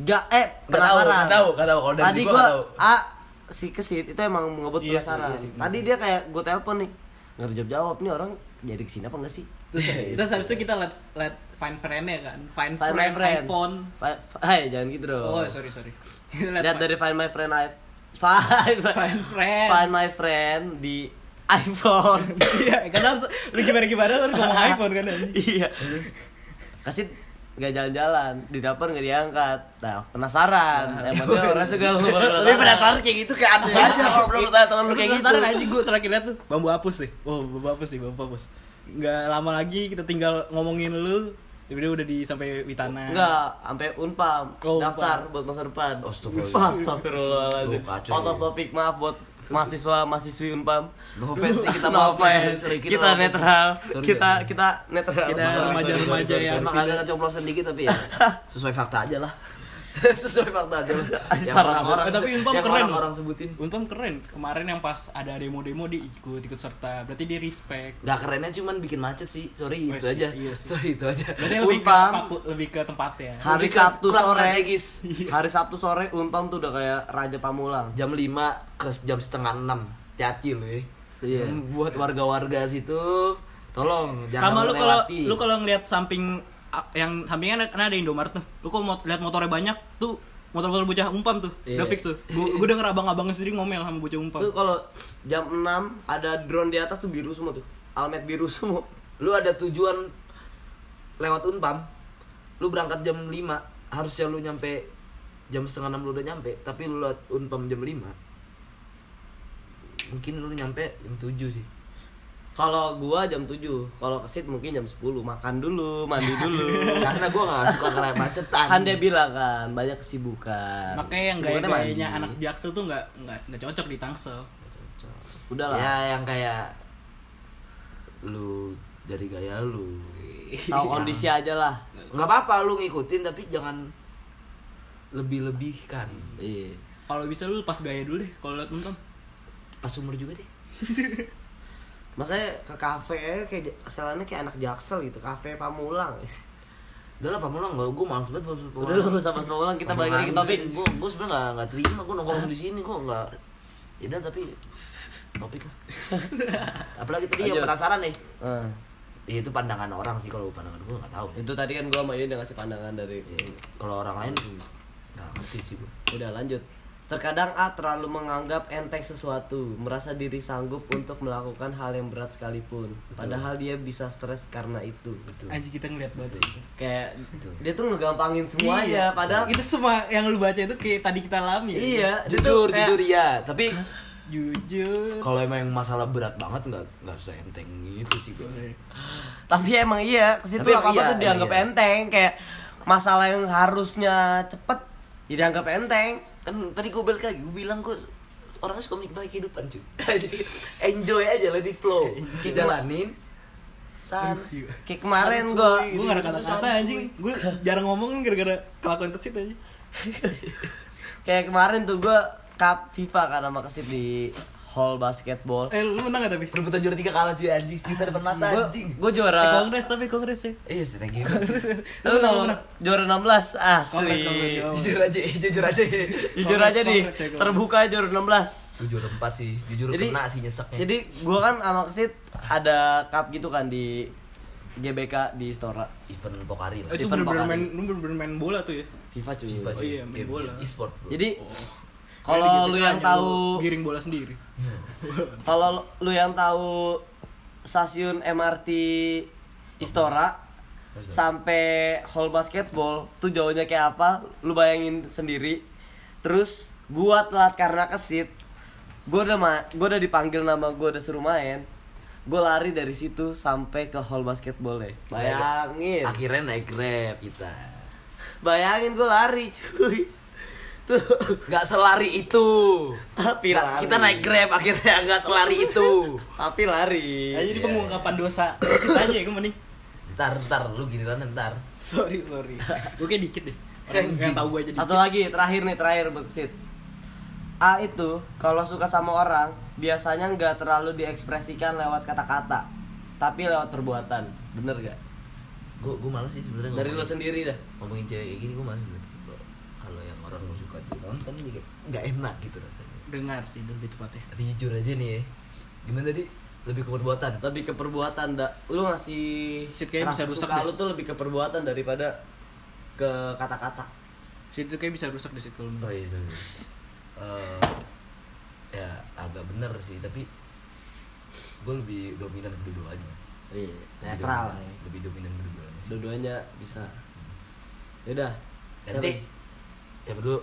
S3: Gak eh
S2: Nggak tahu, nggak
S3: penasaran.
S2: tahu, nggak tahu. Kalau dari
S3: Tadi
S2: gua
S3: gua
S2: nggak
S3: A si kesit itu emang ngebut
S1: Iya sih,
S3: penasaran.
S1: iya sih,
S3: Tadi dia kayak gue telepon nih nggak dijawab jawab nih orang jadi kesini apa enggak sih?
S1: Terus,
S2: iya.
S1: terus habis itu kita liat, liat find friend-nya kan? Find,
S3: Find
S1: friend,
S3: my friend.
S1: iPhone.
S3: Fi- fi- Hai jangan gitu dong.
S1: Oh, sorry, sorry. Kita liat
S3: Lihat
S1: find-
S3: dari find my friend I find,
S1: Find friend.
S3: Find my friend di iPhone.
S1: Iya, karena harus- lu gimana-gimana lu harus ngomong iPhone kan anjing.
S3: iya kasih nggak jalan-jalan di dapur nggak diangkat nah penasaran
S1: Nah.
S3: emangnya orang suka
S2: Tapi penasaran kayak gitu kayak aneh aja kalau belum saya terlalu
S1: Lu
S2: kayak gitu.
S1: penasaran anjing gue terakhir liat tuh bambu hapus sih. Oh, bambu hapus sih, bambu hapus. Nggak lama lagi kita tinggal ngomongin lu, tiba-tiba udah di sampai Witana.
S3: Enggak, sampai unpam
S1: Oh,
S3: daftar buat masa depan.
S2: Astagfirullah.
S3: Astagfirullahaladzim.
S2: Lu kacau,
S3: Out of
S2: ya.
S3: topic maaf buat mahasiswa mahasiswi unpam.
S2: No offense nih, kita
S3: No
S2: maafin.
S3: offense.
S2: Sorry,
S3: kita,
S2: kita maafin.
S3: netral,
S2: Sorry,
S3: kita
S2: ya.
S3: kita netral.
S1: Kita
S2: Sorry, sorry,
S1: remaja-remaja
S2: sorry, sorry.
S1: yang
S2: ya. Emang agak keceplosan dikit tapi ya sesuai fakta aja lah. sesuai fakta aja lah. Yang
S3: Parah.
S2: orang-orang
S1: Eh, tapi Unpam
S2: yang
S1: keren.
S2: orang-orang sebutin.
S1: Unpam keren. Kemarin yang pas ada demo-demo dia ikut ikut serta. Berarti dia respect.
S2: Gak kerennya cuman bikin macet sih. Sorry
S1: Wes,
S2: itu aja.
S1: iya sih.
S2: Sorry itu aja.
S1: Berarti lebih ke,
S2: Unpam.
S1: faku- lebih ke ya. tempatnya.
S3: Hari
S2: Lebih ke
S3: Sabtu
S2: kurang
S3: sore.
S2: strategis.
S3: Hari Sabtu sore unpam tuh udah kayak raja pamulang.
S2: jam 5 ke jam setengah 6 hati-hati lu ya
S3: Iya.
S2: Hmm, buat warga-warga situ
S1: Sama
S2: tolong jangan
S1: lu kalau
S2: melewati.
S1: lu kalau ngeliat samping a- yang sampingnya kan ada Indomaret tuh. Lu kalau mau lihat motornya banyak tuh motor-motor bocah umpam tuh.
S3: Iya.
S1: Udah fix tuh. Gua, gua denger abang-abangnya sendiri ngomel sama bocah umpam.
S3: Tuh kalau jam 6 ada drone di atas tuh biru semua tuh. Almet biru semua.
S2: lu ada tujuan lewat unpam lu berangkat jam 5 harusnya lu nyampe jam setengah 6 lu udah nyampe tapi lu lewat unpam jam 5 mungkin lu nyampe jam 7 sih
S3: Kalau gua jam 7, kalau kesit mungkin jam 10. Makan dulu, mandi dulu.
S2: karena gua gak suka kena macetan
S3: kan dia bilang kan banyak kesibukan.
S1: Makanya yang
S3: Kesibukannya
S1: gaya-gayanya
S2: iya.
S3: mandi.
S1: anak jaksel tuh nggak nggak nggak cocok di Tangsel.
S3: udahlah.
S2: ya yang kayak lu dari gaya lu Iya.
S3: Tahu kondisi aja lah.
S2: nggak apa-apa lu ngikutin tapi jangan lebih-lebihkan
S3: Iya.
S1: Kalau bisa lu pas gaya dulu deh kalau lihat umpam.
S2: pas umur juga deh
S3: Masanya ke kafe aja kayak ja- kesalahannya kayak anak jaksel gitu, kafe Pamulang.
S2: udah lah pamulang nggak gue malas banget pas
S3: Udah lu sama Pamulang kita balik lagi ke topik.
S2: gue gue sebenarnya nggak nggak terima gue nongkrong di sini kok nggak ya udah tapi topik lah apalagi tadi yang
S3: Lanjut.
S2: penasaran nih
S3: Eh,
S2: ya, itu pandangan orang sih kalau pandangan gue nggak tahu
S3: itu tadi kan gua sama Ian udah ngasih pandangan dari
S2: Ya, kalau orang lain nggak ngerti sih gue
S3: Udah lanjut. Terkadang A terlalu menganggap enteng sesuatu, merasa diri sanggup untuk melakukan hal yang berat sekalipun. Padahal dia bisa stres karena itu.
S2: betul
S1: Anjing kita ngeliat banget sih. ya.
S3: Kayak
S2: Betul. Iya.
S3: dia tuh ngegampangin semuanya, Iya, padahal
S1: itu semua yang lu baca itu kayak tadi kita alami ya?
S3: iya, dia tuh
S2: jujur
S3: kayak-
S2: jujur ya tapi
S1: Jujur.
S2: kalau emang masalah berat banget nggak nggak usah enteng gitu sih gue
S3: Tapi emang iya, ke situ
S2: Tapi emang
S3: apa apa
S2: iya,
S3: tuh dianggap
S2: iya.
S3: enteng, kayak masalah yang harusnya cepet ya dianggap enteng.
S2: kan tadi gue balik lagi gue bilang gue orangnya suka menikmati kehidupan cuy Jadi, enjoy aja let it flow jalanin sans
S3: Kayak kemarin
S2: santuy,
S3: gua-
S1: gue gak ada kata-kata
S2: santuy.
S1: anjing gue jarang ngomong gara-gara kelakuan kesit aja
S3: Kayak kemarin tuh gue cup FIFA kan sama kesit di hall basketball
S1: Eh lu menang gak tapi?
S2: Perebutan juara tiga kalah cuy anjing, kita depan mata anjing.
S3: gue
S1: Eh,
S3: juara
S1: kongres tapi kongres ya.
S2: Iya, sih, thank you.
S1: Lu menang, lu menang.
S3: juara 16 ah
S1: Kongres, kongres,
S3: serius.
S1: kongres.
S2: Jujur aja, eh, jujur aja.
S3: jujur aja nih
S1: Kongres, ya, kongres.
S3: terbuka juara 16
S2: Jujur empat sih, jujur
S3: Jadi-
S2: kena sih nyeseknya.
S3: Jadi gua kan sama Kesit ada cup gitu kan di GBK di Istora.
S2: event Pokari
S1: Eh,
S2: lah.
S1: Itu
S3: Event
S1: bener-bener
S3: bakal
S1: main, lu bener-bener main bola tuh ya.
S3: FIFA cuy.
S2: FIFA cuy.
S1: iya, main
S2: Game-
S1: bola.
S2: game E-sport. bro.
S3: Jadi
S1: Oh. Jadi
S3: kalau lu
S1: gitu
S3: yang
S1: kan,
S3: tahu
S1: giring bola sendiri.
S3: kalau lu yang tahu stasiun MRT Istora sampai hall basketball tuh jauhnya kayak apa lu bayangin sendiri terus gua telat karena kesit gua udah ma- gua udah dipanggil nama gua udah suruh main gua lari dari situ sampai ke hall basketball deh bayangin
S2: akhirnya naik Grab kita.
S3: bayangin gua lari cuy tuh
S2: Gak selari itu.
S3: tapi
S2: Nggak-
S3: lari
S2: kita naik Grab akhirnya gak selari itu.
S3: tapi lari
S1: Ya, jadi
S2: Iya.
S1: pengungkapan dosa. Kasih aja ya, gue mending.
S2: Ntar, ntar, lu giliran ntar.
S1: Sorry, sorry. Gue kayak dikit deh. Orang yang tahu gue aja dikit.
S3: Satu lagi, terakhir nih, terakhir buat Sid. A itu kalau suka sama orang biasanya nggak terlalu diekspresikan lewat kata-kata, tapi lewat perbuatan. Bener gak?
S2: Gue gue malas sih sebenarnya.
S3: Dari
S2: ngomongin-
S3: lo sendiri dah.
S2: Ngomongin cewek kayak gini gue malas sebenarnya. Kalau- Kalau yang orang gue suka tuh nonton juga nggak enak gitu rasanya.
S1: Dengar sih lebih tepatnya.
S2: Tapi jujur aja nih ya. Gimana tadi? Lebih ke perbuatan.
S3: Lebih ke perbuatan, dak. Lu ngasih
S1: Sid kayaknya bisa
S3: rasa
S1: rusak
S3: suka
S1: deh.
S3: lu tuh lebih ke perbuatan daripada ke kata-kata.
S1: Situ kayak bisa rusak di situ kalau
S2: Oh
S1: menurut.
S2: iya sorry. Eh, ya agak bener sih tapi gue lebih dominan kedua-duanya.
S3: Iya,
S2: Lebih
S3: netral.
S2: dominan-
S3: ya.
S2: Lebih dominan kedua-duanya. sih.
S3: Dua-duanya bisa. Yaudah.
S2: Ganti.
S3: Siapa?
S2: Siapa dulu?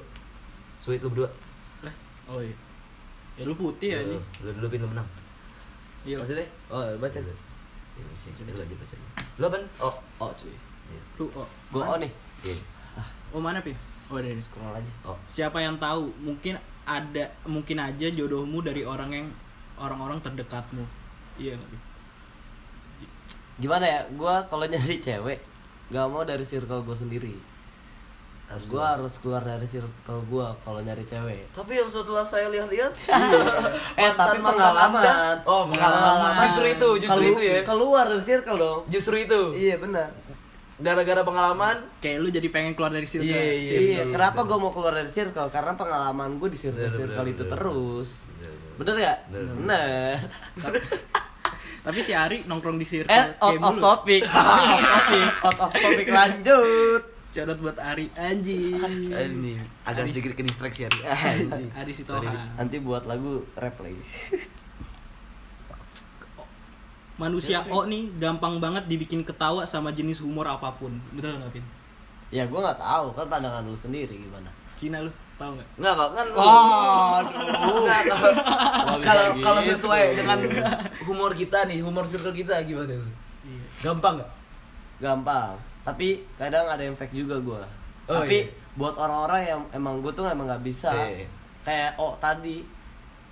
S2: Sweet lu berdua.
S1: Lah, oh iya. Ya lu putih aja.
S2: Lu- Lu dulu pin lu menang.
S1: Iya.
S3: Maksudnya? Oh, baca.
S2: Lu- Ya, masih lu aja baca. Lu apa? Oh.
S3: Oh, cuy.
S2: Iya.
S1: Lu oh.
S3: Gue
S1: Mana?
S3: on nih.
S2: Iya.
S1: Oh, mana, Pin? Oh, ada ini.
S3: Scroll aja.
S2: Oh.
S1: Siapa yang tahu, mungkin ada mungkin aja jodohmu dari orang yang orang-orang terdekatmu. Iya, nggak, Pin?
S3: gimana ya gue kalau nyari cewek gak mau dari circle gue sendiri
S2: Harus
S3: gue harus keluar dari circle gue kalau nyari cewek Iya.
S2: Tapi yang setelah saya lihat-lihat mantan
S3: eh tapi
S2: mantan
S3: pengalaman
S2: Anda- Oh, pengalaman. Justru itu, justru
S3: Kelu-
S2: itu ya.
S3: keluar dari circle dong
S2: Justru itu.
S3: iya benar
S2: Gara-gara pengalaman
S1: Kayak lu jadi pengen keluar dari situ. kan?
S2: Iya, iya.
S1: Sip.
S3: iya kenapa gue mau keluar dari circle karena pengalaman gue di circle
S2: Benar,
S3: circle
S2: benar,
S3: itu
S2: benar.
S3: terus
S2: Benar, benar.
S3: bener gak
S2: Benar.
S3: bener
S1: Tapi si Ari nongkrong di circle
S3: eh out
S1: kayak
S3: of
S1: mulu.
S3: topic out of topic out of topic lanjut
S1: Shout out buat Ari anjing.
S2: ini agak sedikit ke distraksi hari.
S3: Iya.
S1: Ari Sitoha.
S3: nanti buat lagu rap lagi
S1: Manusia O nih gampang banget dibikin ketawa sama jenis humor apapun. Betul nggak Pin?
S3: Ya gue nggak tahu kan pandangan lu sendiri gimana.
S1: Cina lu tahu nggak?
S2: Enggak kok kan lu- Nggak,
S3: Waduh.
S2: kalau-
S3: Nggak bisa
S2: kalau kalau
S3: gitu.
S2: sesuai dengan humor kita nih, humor circle kita gimana?
S1: Iya.
S2: Gampang nggak?
S3: Gampang. Tapi kadang ada yang fake juga gue.
S2: Oh,
S3: Tapi
S2: iya.
S3: buat orang-orang yang emang gue tuh emang nggak bisa.
S2: Iya, iya.
S3: Kayak oh tadi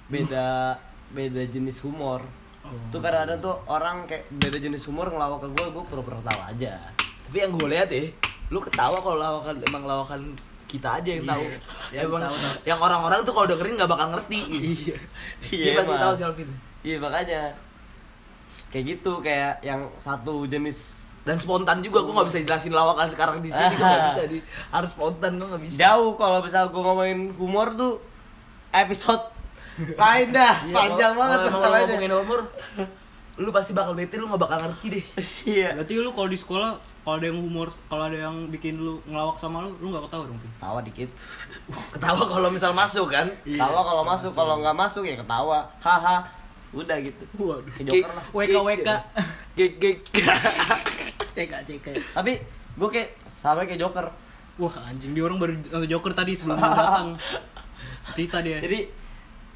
S3: beda beda jenis humor.
S1: Oh.
S3: Tuh kadang-kadang tuh orang kayak beda jenis humor ngelawak ke gue, gue pura-pura tawa aja.
S2: Tapi yang gue lihat ya, lu ketawa kalau lawakan emang lawakan kita aja yang tahu.
S3: Iya. Yang
S2: emang
S3: tahu, tahu.
S2: yang orang-orang tuh kalau dengerin nggak bakal ngerti. Iya. Dia
S3: Iya,
S2: pasti
S3: emang.
S2: tahu si Alvin.
S3: Iya makanya kayak gitu kayak yang satu jenis
S2: Dan spontan juga gue nggak bisa jelasin lawakan sekarang di sini gue nggak bisa di harus spontan gue nggak bisa.
S3: jauh kalau misal gue ngomongin humor tuh episode lain dah
S2: Iya,
S3: panjang
S2: kalau-
S3: banget
S2: kalau emang lu
S3: masalahnya.
S2: ngomongin humor, lu pasti bakal bete lu nggak bakal ngerti deh.
S3: iya
S1: Berarti lu kalau di sekolah kalau ada yang humor, kalau ada yang bikin lu ngelawak sama lu, lu nggak ketawa dong, Pin.
S3: ketawa dikit
S2: Ketawa kalau misal masuk kan.
S3: ketawa kalau masuk kalau nggak masuk ya ketawa haha udah gitu
S1: Waduh.
S3: Ke Joker lah.
S1: WK WK.
S3: gitu.
S2: Gig gig.
S1: CK CK.
S3: tapi gue kayak sama kayak joker
S1: Wah, anjing dia orang baru nonton Joker tadi sebelum lu datang. Cerita dia.
S3: jadi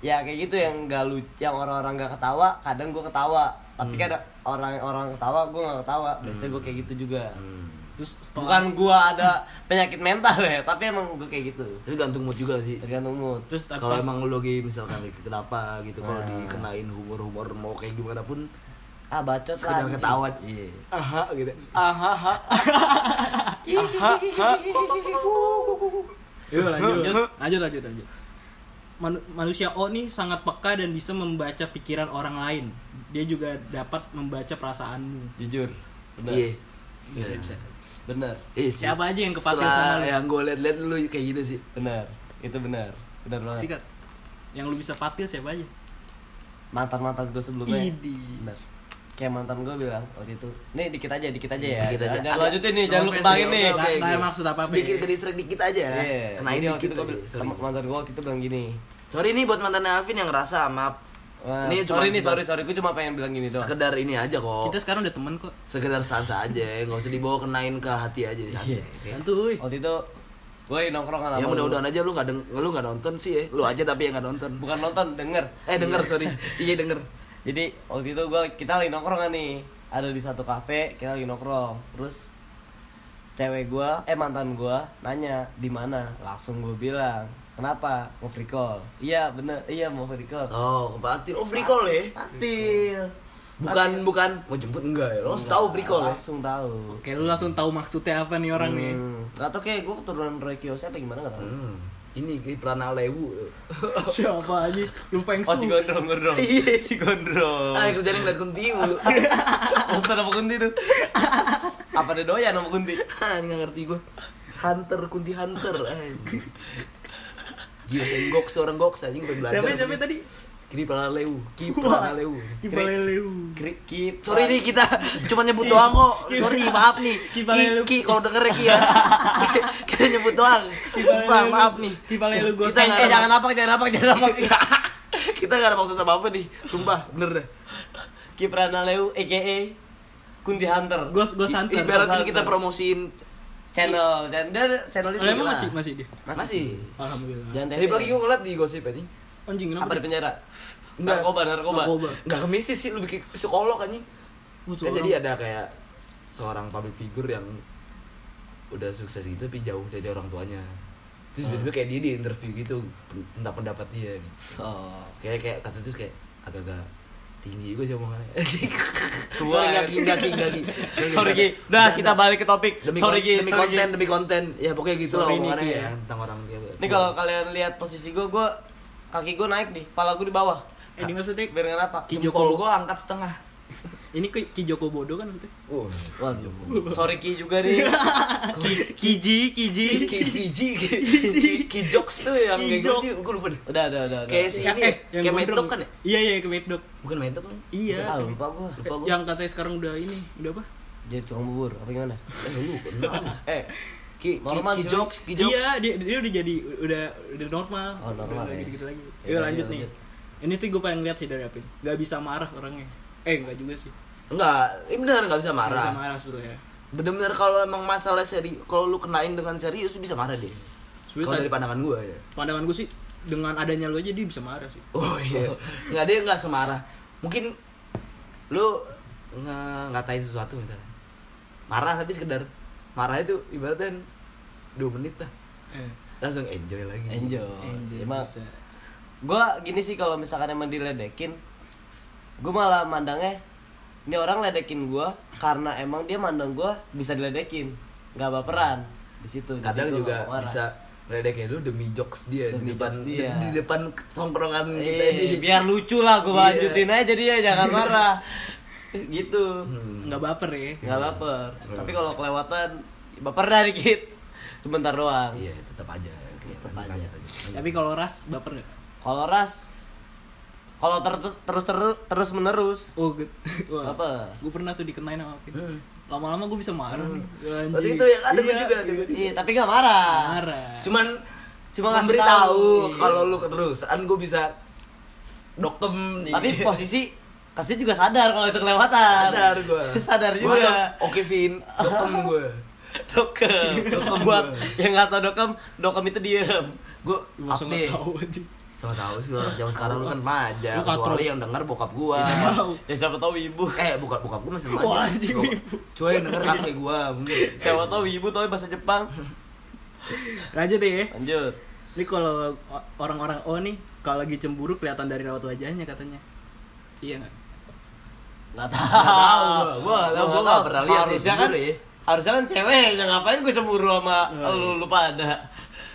S3: ya kayak gitu yang nggak lu yang orang-orang nggak ketawa kadang gue ketawa tapi kadang orang-orang ketawa gue nggak ketawa biasanya gue kayak gitu juga
S1: terus setelah
S3: bukan gue ada penyakit mental ya tapi emang gue kayak gitu
S2: Tapi gantung mood juga sih.
S3: tergantung mood
S1: terus tapi
S2: Kalau emang lu lagi misalkan lagi kenapa gitu kalau dikenain humor-humor mau kayak gimana pun
S3: ah bacot
S2: sekedar
S3: anjing.
S2: ketahuan.
S3: iya
S2: Aha gitu. Aha. ha.
S1: Yuk lanjut. lanjut lanjut lanjut. manu- manusia O nih sangat peka dan bisa membaca pikiran orang lain. Dia juga dapat membaca perasaanmu.
S4: jujur benar
S2: Iya.
S4: Iya. benar
S2: Iya sih.
S1: Siapa aja yang kepake
S2: Setelah
S1: sama lu?
S2: Yang gue liat-liat dulu kayak gitu sih.
S4: benar itu benar benar banget
S1: Sikat. Yang lu bisa patil siapa aja?
S3: mantan mantan gue sebelumnya
S1: Idi.
S3: Bener. kayak mantan gue bilang waktu itu nih dikit aja dikit aja ya
S2: Dikit aja.
S3: jangan
S2: Agak-
S3: lanjutin nih jangan lu
S1: Oke,
S3: kembangin
S1: oke,
S3: nih
S1: oke. Nggak- nggak maksud apa-apa
S2: Sedikit
S1: ya.
S2: ke distrik dikit aja.
S3: Iya.
S2: Kenain
S3: Jadi waktu
S2: dikit
S3: itu gua
S2: aja.
S3: bilang-
S2: gitu, Sorry.
S3: mantan gue waktu itu bilang gini
S2: Sorry nih buat mantan Alvin yang ngerasa maaf.
S3: Wah,
S2: Ini cuma
S3: sorry nih, sorry,
S2: sekedar-
S3: sorry, gue cuma pengen bilang gini doang.
S2: Sekedar ini aja kok.
S1: Kita sekarang udah temen kok.
S2: Sekedar sansa aja, ya, nggak usah dibawa kenain ke hati aja. santai.
S1: Santuy.
S3: Waktu itu gue nongkrong sama
S2: Ya
S3: lu.
S2: mudah-mudahan aja lu nggak deng lu nggak nonton sih ya. Lu aja tapi yang nggak nonton.
S3: bukan nonton, denger.
S2: Eh denger sorry. Iya denger.
S3: Jadi waktu itu gue kita lagi nongkrong kan nih, ada di satu kafe kita lagi nongkrong. Terus cewek gue, eh mantan gue nanya di mana, langsung gue bilang kenapa mau free call? Iya bener, iya mau free call.
S2: Oh, kepatil. Oh, free call ya.
S3: Patil.
S2: Bukan bukan mau jemput enggak ya. Lo harus tahu free call ya.
S3: Langsung tahu.
S1: Oke, lu langsung tahu maksudnya apa nih orang nih.
S3: Hmm. Gak tau kayak gue keturunan Roy Kiyosaki apa gimana gak tau
S2: Hmm. Ini kayak peran Alewu.
S1: Siapa aja? Lu Feng
S3: Oh si
S1: Shui.
S3: gondrong, gondrong
S2: Iya.
S3: Si gondrong
S2: Ah, kerjanya ngeliat kuntimu.
S3: Monster sama kunti tuh Apa ada doyan sama kunti
S2: Ah, ini nggak ngerti gue. Hunter kunti hunter. anjing. Gila, saya goks orang goks anjing gue belajar.
S1: Siapa siapa tadi?
S2: Kiri peran Alewu. Kiri
S1: Wah.
S2: peran Alewu.
S1: Kibaleleu.
S3: Krikip
S2: Sorry nih kita cuma nyebut doang kok. Sorry maaf nih.
S1: Ki
S2: Ki,
S1: Balelu.
S2: Ki kalau denger ya Ki ya. kita nyebut doang. Sumpah
S1: Balelu.
S2: maaf nih.
S1: Ki Balelu, gua
S2: kita
S1: salah.
S2: eh, jangan apa jangan apa jangan apa.
S3: Napak
S2: kita gak ada maksud apa apa nih. Sumpah bener dah.
S3: Kipranaleu aka Kunti Hunter
S1: Gua gua santai.
S2: Ibaratnya kita promosiin
S3: Channel Channel dia ada- channel itu
S1: Lah, emang
S3: gila.
S1: masih masih dia.
S2: masih.
S1: Alhamdulillah.
S3: Jangan
S2: Tadi
S3: tanya
S2: pagi gue ngeliat di gosip anjing.
S1: Anjing
S3: Apa
S1: kenapa?
S3: di
S1: dia?
S3: penjara?
S2: Enggak.
S3: Narkoba, narkoba
S1: Narkoba.
S2: Gak kemistis sih lu bikin psikolog anjing.
S1: Wah,
S2: Kan
S1: seorang-
S2: jadi ada kayak seorang public figure yang udah sukses gitu tapi jauh dari orang tuanya. Terus tiba-tiba kayak dia di interview gitu tentang pendapat dia gitu.
S3: Oh
S2: Kayak kayak kata terus kayak agak-agak tinggi gue sih omongannya.
S3: Tua,
S2: Sorry
S3: ya.
S2: gak ki, gak ki, gak ki. Gak ki,
S3: Sorry Ki,
S2: bercanda.
S3: udah kita
S2: Bercanda.
S3: balik ke topik
S2: Demi,
S3: Sorry
S2: kon-
S3: Ki,
S2: demi
S3: sorry, Ki.
S2: konten, demi konten. Ya pokoknya gitu lah
S1: Sorry, Niki,
S2: omongannya
S1: ya.
S2: ya tentang orang dia.
S3: Nih kalau kalian lihat posisi gue, gue kaki gue naik nih, pala gue di bawah
S1: Eh, ini maksudnya
S3: Biar nggak napak
S1: Ki
S2: jempol
S1: Joko-
S2: gue angkat setengah.
S1: Ini Ki Ki Joko Bodo kan maksudnya?
S2: Uh,
S3: Waduh Sorry Ki juga nih
S2: Iya. Ah,
S3: Ki- Kiji, Kiji
S2: Kiji, Kiji, Kijoks tuh yang
S1: Ki
S2: kayak gitu
S1: Jok.
S2: sih, gue lupa deh.
S3: Udah, udah, udah. udah.
S2: Kayak si ini, ya, kayak
S1: Eh, gondrong.
S2: Medok kan ya?
S1: Iya iya kayak Medok.
S2: Bukan Medok kan?
S1: Iya.
S3: Ah, lupa gua.
S2: Lupa gue.
S1: Yang katanya sekarang udah ini, udah apa?
S3: Jadi tukang bubur apa gimana?
S2: Eh, lu kenal.
S3: Eh,
S2: Ki, ki,
S3: Normal,
S2: ki
S3: cuy.
S2: jokes, ki jokes.
S1: Iya, dia, dia udah jadi udah udah normal.
S3: Oh, normal,
S1: Udah
S3: ya.
S1: gitu, lagi.
S3: Ya,
S1: Yuk
S3: lanjut,
S1: lanjut nih.
S3: lanjut.
S1: Ini tuh gue pengen lihat sih dari Apin. Gak bisa marah orangnya. Eh, enggak juga sih.
S2: Enggak, ini beneran gak bisa
S1: Nggak Bisa
S2: marah.
S1: marah sebetulnya.
S2: Bener-bener kalau emang masalah serius, kalau lu kenain dengan serius, lu bisa marah deh.
S1: Sebenernya
S2: Kalau
S1: tadi-
S2: dari pandangan gue ya.
S1: Pandangan gue sih dengan adanya lu aja dia bisa marah sih.
S2: Oh iya. Enggak dia enggak semarah. Mungkin lu nge- ngatain sesuatu misalnya. Marah tapi sekedar marah itu ibaratnya 2 menit lah.
S1: Eh,
S2: Langsung enjoy lagi.
S3: enjoy.
S2: Oh,
S1: anjir,
S3: Emang,
S1: bisa.
S3: gua gini sih kalau misalkan emang diledekin, gua malah mandangnya ini orang ledekin gua karena emang dia mandang gua bisa diledekin, nggak baperan di situ. Jadi
S2: Kadang
S3: gua
S2: juga
S3: nggak marah.
S2: bisa ngeledekin lu demi jokes dia
S3: Demi
S2: di depan
S3: jokes dia.
S2: di depan tongkrongan kita
S3: Eh,
S2: ini.
S3: biar lucu
S2: Iya.
S3: lah gua lanjutin aja jadi ya jangan marah. gitu.
S2: Hmm.
S1: Nggak baper ya.
S3: nggak baper. Tapi kalau kelewatan baper dah dikit. Sebentar doang.
S2: Iya, tetap aja.
S3: Tetep aja.
S1: Tapi kalau ras baper nggak?
S3: Kalau ras kalau ter- terus terus terus menerus
S1: Oh, good. Wah.
S3: Apa?
S1: Gue pernah tuh dikenain sama Apin. Lama-lama gue bisa marah nih. Anjing.
S2: Waktu Hmm. itu yang ada gua
S1: Iya,
S2: juga, ada gua juga.
S3: Iya, tapi gak marah.
S1: Marah.
S2: Cuman
S3: Cuma
S2: cuma
S3: ngasih
S2: memberitahu
S3: tahu. Iya.
S2: kalau lu keterusan gue bisa dokem
S3: Tapi posisi kasih juga sadar kalau itu kelewatan.
S2: sadar gue
S3: sadar
S2: Gua
S3: juga.
S2: langsung, oke Vin dokem gue
S3: Dokem.
S2: Iya.
S3: Dokem buat yang nggak tahu dokem, dokem itu diem.
S2: gue
S1: Lu
S2: up
S1: Langsung
S2: nih
S1: nggak tahu anjing.
S2: sama tahu sih orang zaman sekarang lu kan maja
S1: Lu katro.
S2: kecuali yang denger bokap gue
S1: Tahu.
S3: Ya siapa tahu ibu.
S2: eh bukan bokap gue masih
S1: Wah,
S2: maja
S1: anjing, wibu.
S2: cuy yang denger kakek gue mungkin
S3: Siapa tahu ibu tahu bahasa Jepang.
S1: Lanjut ya.
S3: Lanjut.
S1: Ini kalau o- orang-orang O nih kalau lagi cemburu kelihatan dari raut wajahnya katanya. Iya nggak?
S3: Gak
S2: tahu gua. Gua- gua
S3: nggak
S2: nggak
S3: tahu.
S2: pernah lihat nih
S3: Harusnya kan
S2: cemburu ya.
S3: harusnya kan cewek yang ngapain gue cemburu sama
S1: Iya.
S3: lu lu pada.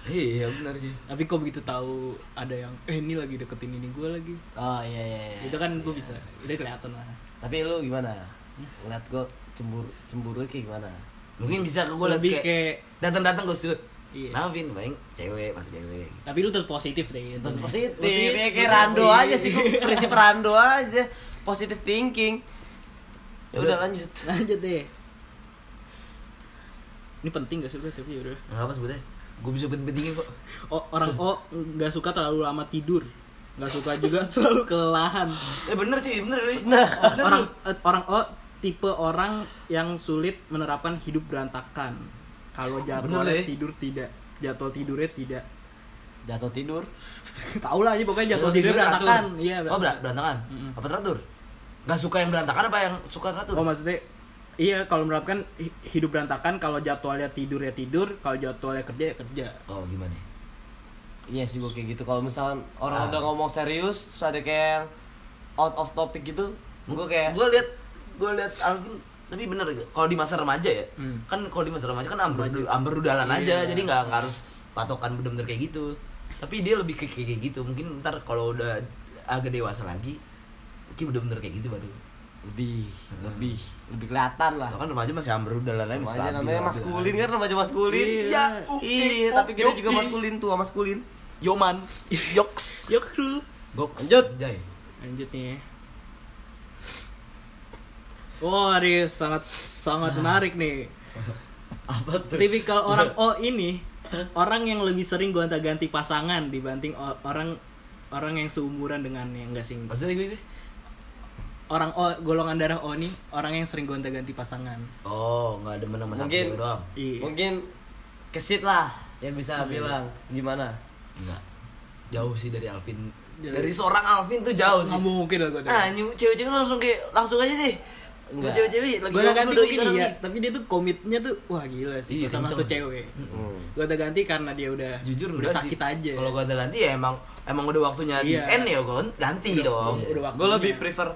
S2: iya benar sih
S1: tapi kok begitu tahu ada yang eh ini lagi deketin ini gue lagi
S3: oh iya iya iya.
S1: itu kan gue bisa udah kelihatan lah
S3: tapi lu gimana ngeliat gue cemburu cemburu kayak gimana
S2: mungkin bisa gue liat
S1: Lebih
S2: kayak,
S1: kayak-
S2: datang-datang gue sud
S1: Iya.
S2: Nafin, paling cewek masih cewek
S1: tapi lu tetap positif deh
S3: Terus
S1: intinya.
S3: positif, Iya.
S1: Lebih- Iya.
S3: ya kayak rando
S1: lebih-
S3: aja sih, gua prinsip rando aja, positive thinking. Ya udah lanjut.
S1: lanjut deh ini penting gak sih bro tapi ya udah
S2: nggak apa sebutnya gue bisa pentingin kok
S1: O- orang O nggak suka terlalu lama tidur nggak suka juga selalu kelelahan
S2: eh bener sih bener nih
S1: orang eh, orang O tipe orang yang sulit menerapkan hidup berantakan kalau jadwalnya
S2: Bener, eh.
S1: tidur tidak jadwal tidurnya tidak
S3: Jatuh tidur.
S1: tau lah aja pokoknya jadwal tidurnya berantakan iya
S2: oh ber- berantakan
S1: Mm-mm.
S2: apa teratur nggak suka yang berantakan apa yang suka teratur
S1: Oh maksudnya iya kalau menerapkan hi- hidup berantakan kalau jadwalnya tidur ya tidur kalau jadwalnya kerja ya kerja
S2: oh gimana
S3: Iya sih gue kayak gitu. Kalau misalkan
S2: Ah.
S3: orang udah ngomong serius, terus ada kayak yang out of topic gitu, gue kayak
S2: gue lihat gue lihat Alvin tapi bener gitu. kalau di masa remaja ya
S1: Hmm.
S2: kan kalau di masa remaja kan amber amber udalan aja jadi nggak nggak harus patokan bener-bener kayak gitu tapi dia lebih ke kayak gitu mungkin ntar kalau udah agak dewasa lagi mungkin bener-bener kayak gitu baru
S3: lebih lebih lebih kelihatan lah.
S2: Soalnya kan remaja masih amber udalan aja masih
S3: Namanya
S2: labil,
S3: namanya
S2: labil
S3: maskulin
S2: aja.
S3: kan, remaja maskulin.
S1: Iya.
S2: U-
S3: Iya,
S2: i-
S3: tapi
S2: u-
S3: kita
S2: yo-
S3: juga
S2: i.
S3: maskulin tua maskulin.
S2: yoman yoks
S1: yuk dulu
S2: goks
S3: Lanjut.
S2: Anjay.
S1: lanjut nih Wah, ini sangat
S2: Nah.
S1: sangat menarik nih.
S2: apa tuh
S1: Tipikal orang O ini orang yang lebih sering gonta-ganti pasangan dibanding o- orang orang yang seumuran dengannya enggak sih.
S2: maksudnya gue
S1: Orang O golongan darah O ini orang yang sering gonta-ganti pasangan.
S2: oh nggak demen sama satu
S3: Mungkin-
S2: cewek doang
S1: Iya.
S3: Mungkin kesit lah yang bisa bilang gimana.
S2: Enggak. Jauh sih dari Alvin.
S1: Jauh.
S2: Dari seorang Alvin tuh jauh sih.
S1: Nggak mungkin lah gonta.
S2: Ah, nyu- cewek-cewek langsung kayak langsung aja deh. Lu
S3: Enggak.
S2: cewek-cewek lagi
S1: gue ganti
S2: ngobrol
S1: mungkin
S2: orang
S1: iya
S2: nih.
S1: tapi dia tuh komitnya tuh wah gila sih
S2: Iya,
S1: sama
S2: kenceng
S1: satu
S2: sih.
S1: cewek
S3: Hmm.
S1: gue ganti karena dia udah
S2: Jujur
S1: udah sakit aja
S2: Kalau gua ada ganti ya emang emang udah waktunya di
S1: Iya.
S2: end ya gua ganti dong.
S1: udah waktunya.
S3: Gue lebih prefer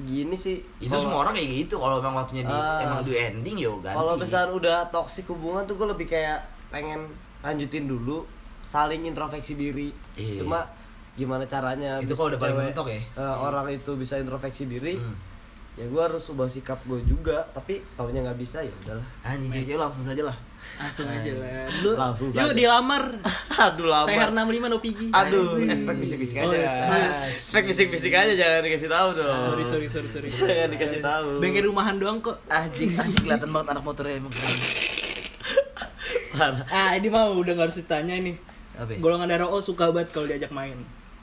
S3: gini sih.
S2: Itu
S3: kalau-
S2: semua orang kayak gitu kalau emang waktunya di
S3: Ah.
S2: emang di ending ya ganti.
S3: Kalau misalnya udah toksik hubungan tuh gue lebih kayak pengen lanjutin dulu, saling introspeksi diri.
S2: Iya.
S3: Cuma gimana caranya
S2: Itu
S3: bisa
S2: kalau udah paling
S3: cewek,
S2: mentok ya?
S3: eh, orang itu bisa introspeksi diri.
S2: Hmm.
S3: Ya gue harus ubah sikap gue juga, tapi taunya nggak bisa ya udahlah.
S2: anjing cewek-cewek langsung saja lah.
S1: langsung aja lah lu
S3: Langsung
S1: yuk
S3: saja.
S1: dilamar
S3: Aduh lama.
S1: seher 65 no pigi
S3: Aduh,
S1: Anjing.
S3: spek fisik-fisik
S1: Oh,
S3: aja.
S1: spek-
S3: Spek fisik-fisik aja jangan dikasih tahu dong.
S1: sorry sorry sorry sorry
S3: Jangan dikasih tahu.
S1: bengkel rumahan doang kok
S2: Anjing, anjing kelihatan banget anak motornya emang keren.
S3: Parah.
S1: ah ini mah udah gak harus ditanya ini
S2: Apa? ya?
S1: golongan darah O suka banget kalau diajak main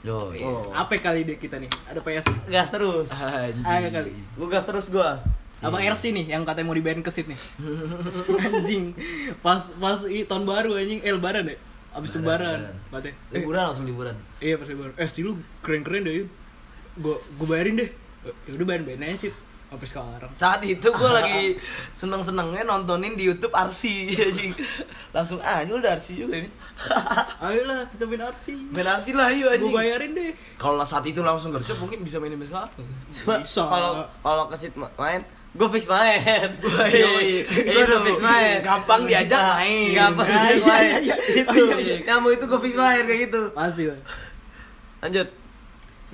S2: Loh, iya.
S3: Oh.
S1: apa kali deh kita nih ada PS
S3: Gas terus. Ah, iya
S1: ada
S2: Anjing.
S1: kali
S3: Gue gas terus gua.
S1: Abang RC nih yang katanya mau dibayarin kesit nih. anjing. Pas pas i, tahun baru anjing eh, lebaran deh. Abis
S2: Lebaran,
S1: lebaran. Katanya. Eh,
S2: Liburan langsung liburan.
S1: iya pas lebaran. Eh, si lu keren-keren deh. Yud. Gua gua bayarin deh. Ya udah bayarin aja sih. Sampai sekarang.
S2: Saat itu gue lagi seneng-senengnya nontonin di YouTube RC anjing. Langsung ah ini udah RC juga ini.
S1: Ayolah kita main RC.
S2: Main RC lah yuk
S1: Gua
S2: anjing.
S1: bayarin deh.
S2: Kalau saat itu langsung gercep mungkin bisa main sampai sekarang.
S3: Cuma
S1: Bisa.
S3: kalau kalau kesit ma- main, gue fix main.
S2: Itu
S3: Gue udah fix
S2: iya.
S3: main.
S2: gampang diajak main.
S3: Gampang fix
S1: Iya,
S3: main.
S1: iya, iya.
S3: Itu. Yang mau itu gue fix main kayak gitu.
S1: Pasti lah.
S3: Lanjut.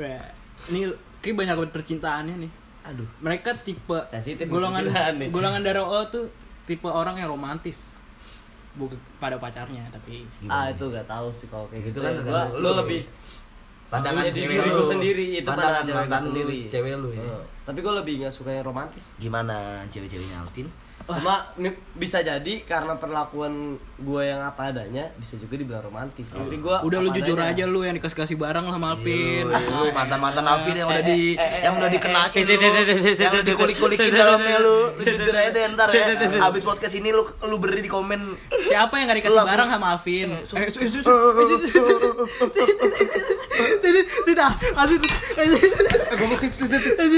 S1: Nah, Ini kayak banyak banget percintaannya nih.
S2: Aduh.
S1: Mereka tipe
S3: Sensitif
S1: golongan
S3: pikiran nih.
S1: golongan darah O tuh tipe orang yang romantis. Bukan pada pacarnya tapi
S3: Ah itu gak tahu sih kalau kayak
S2: Itu
S3: gitu.
S2: kan
S3: Ya,
S2: tergantung
S3: gua-
S2: sih.
S3: lu lebih
S2: Pandangan
S3: jadi
S2: cewek
S3: Iya, diri
S2: lu.
S3: lu sendiri itu
S2: pandangan
S3: pandangan cewek lu iya.
S2: mantan lu,
S3: sendiri. Oh.
S2: cewek lu ya.
S3: Heeh. Tapi gue lebih gak suka yang romantis.
S2: Gimana cewek-ceweknya Alvin?
S3: Cuma mi- bisa jadi karena perlakuan gue yang apa adanya bisa juga dibilang romantis. Tapi gue
S1: Udah lu jujur aja lu yang dikasih-kasih barang sama Alvin.
S2: Iya, Lu, lu mantan-mantan Alvin yang udah
S3: eh,
S2: di
S3: eh, eh,
S2: yang udah
S3: eh,
S2: dikenasin lu,
S3: eh, eh, eh, eh, eh,
S2: yang udah
S3: eh,
S2: dikulik-kulikin
S3: eh, eh,
S2: dalamnya lu. Lu
S3: eh, eh,
S2: jujur aja deh ntar ya.
S3: eh, eh, eh,
S2: Habis podcast ini lu lu beri di komen
S1: Siapa yang gak dikasih
S2: Langsung-
S1: barang sama Alvin?
S2: Eh, su- su- su-
S1: Tidak, asli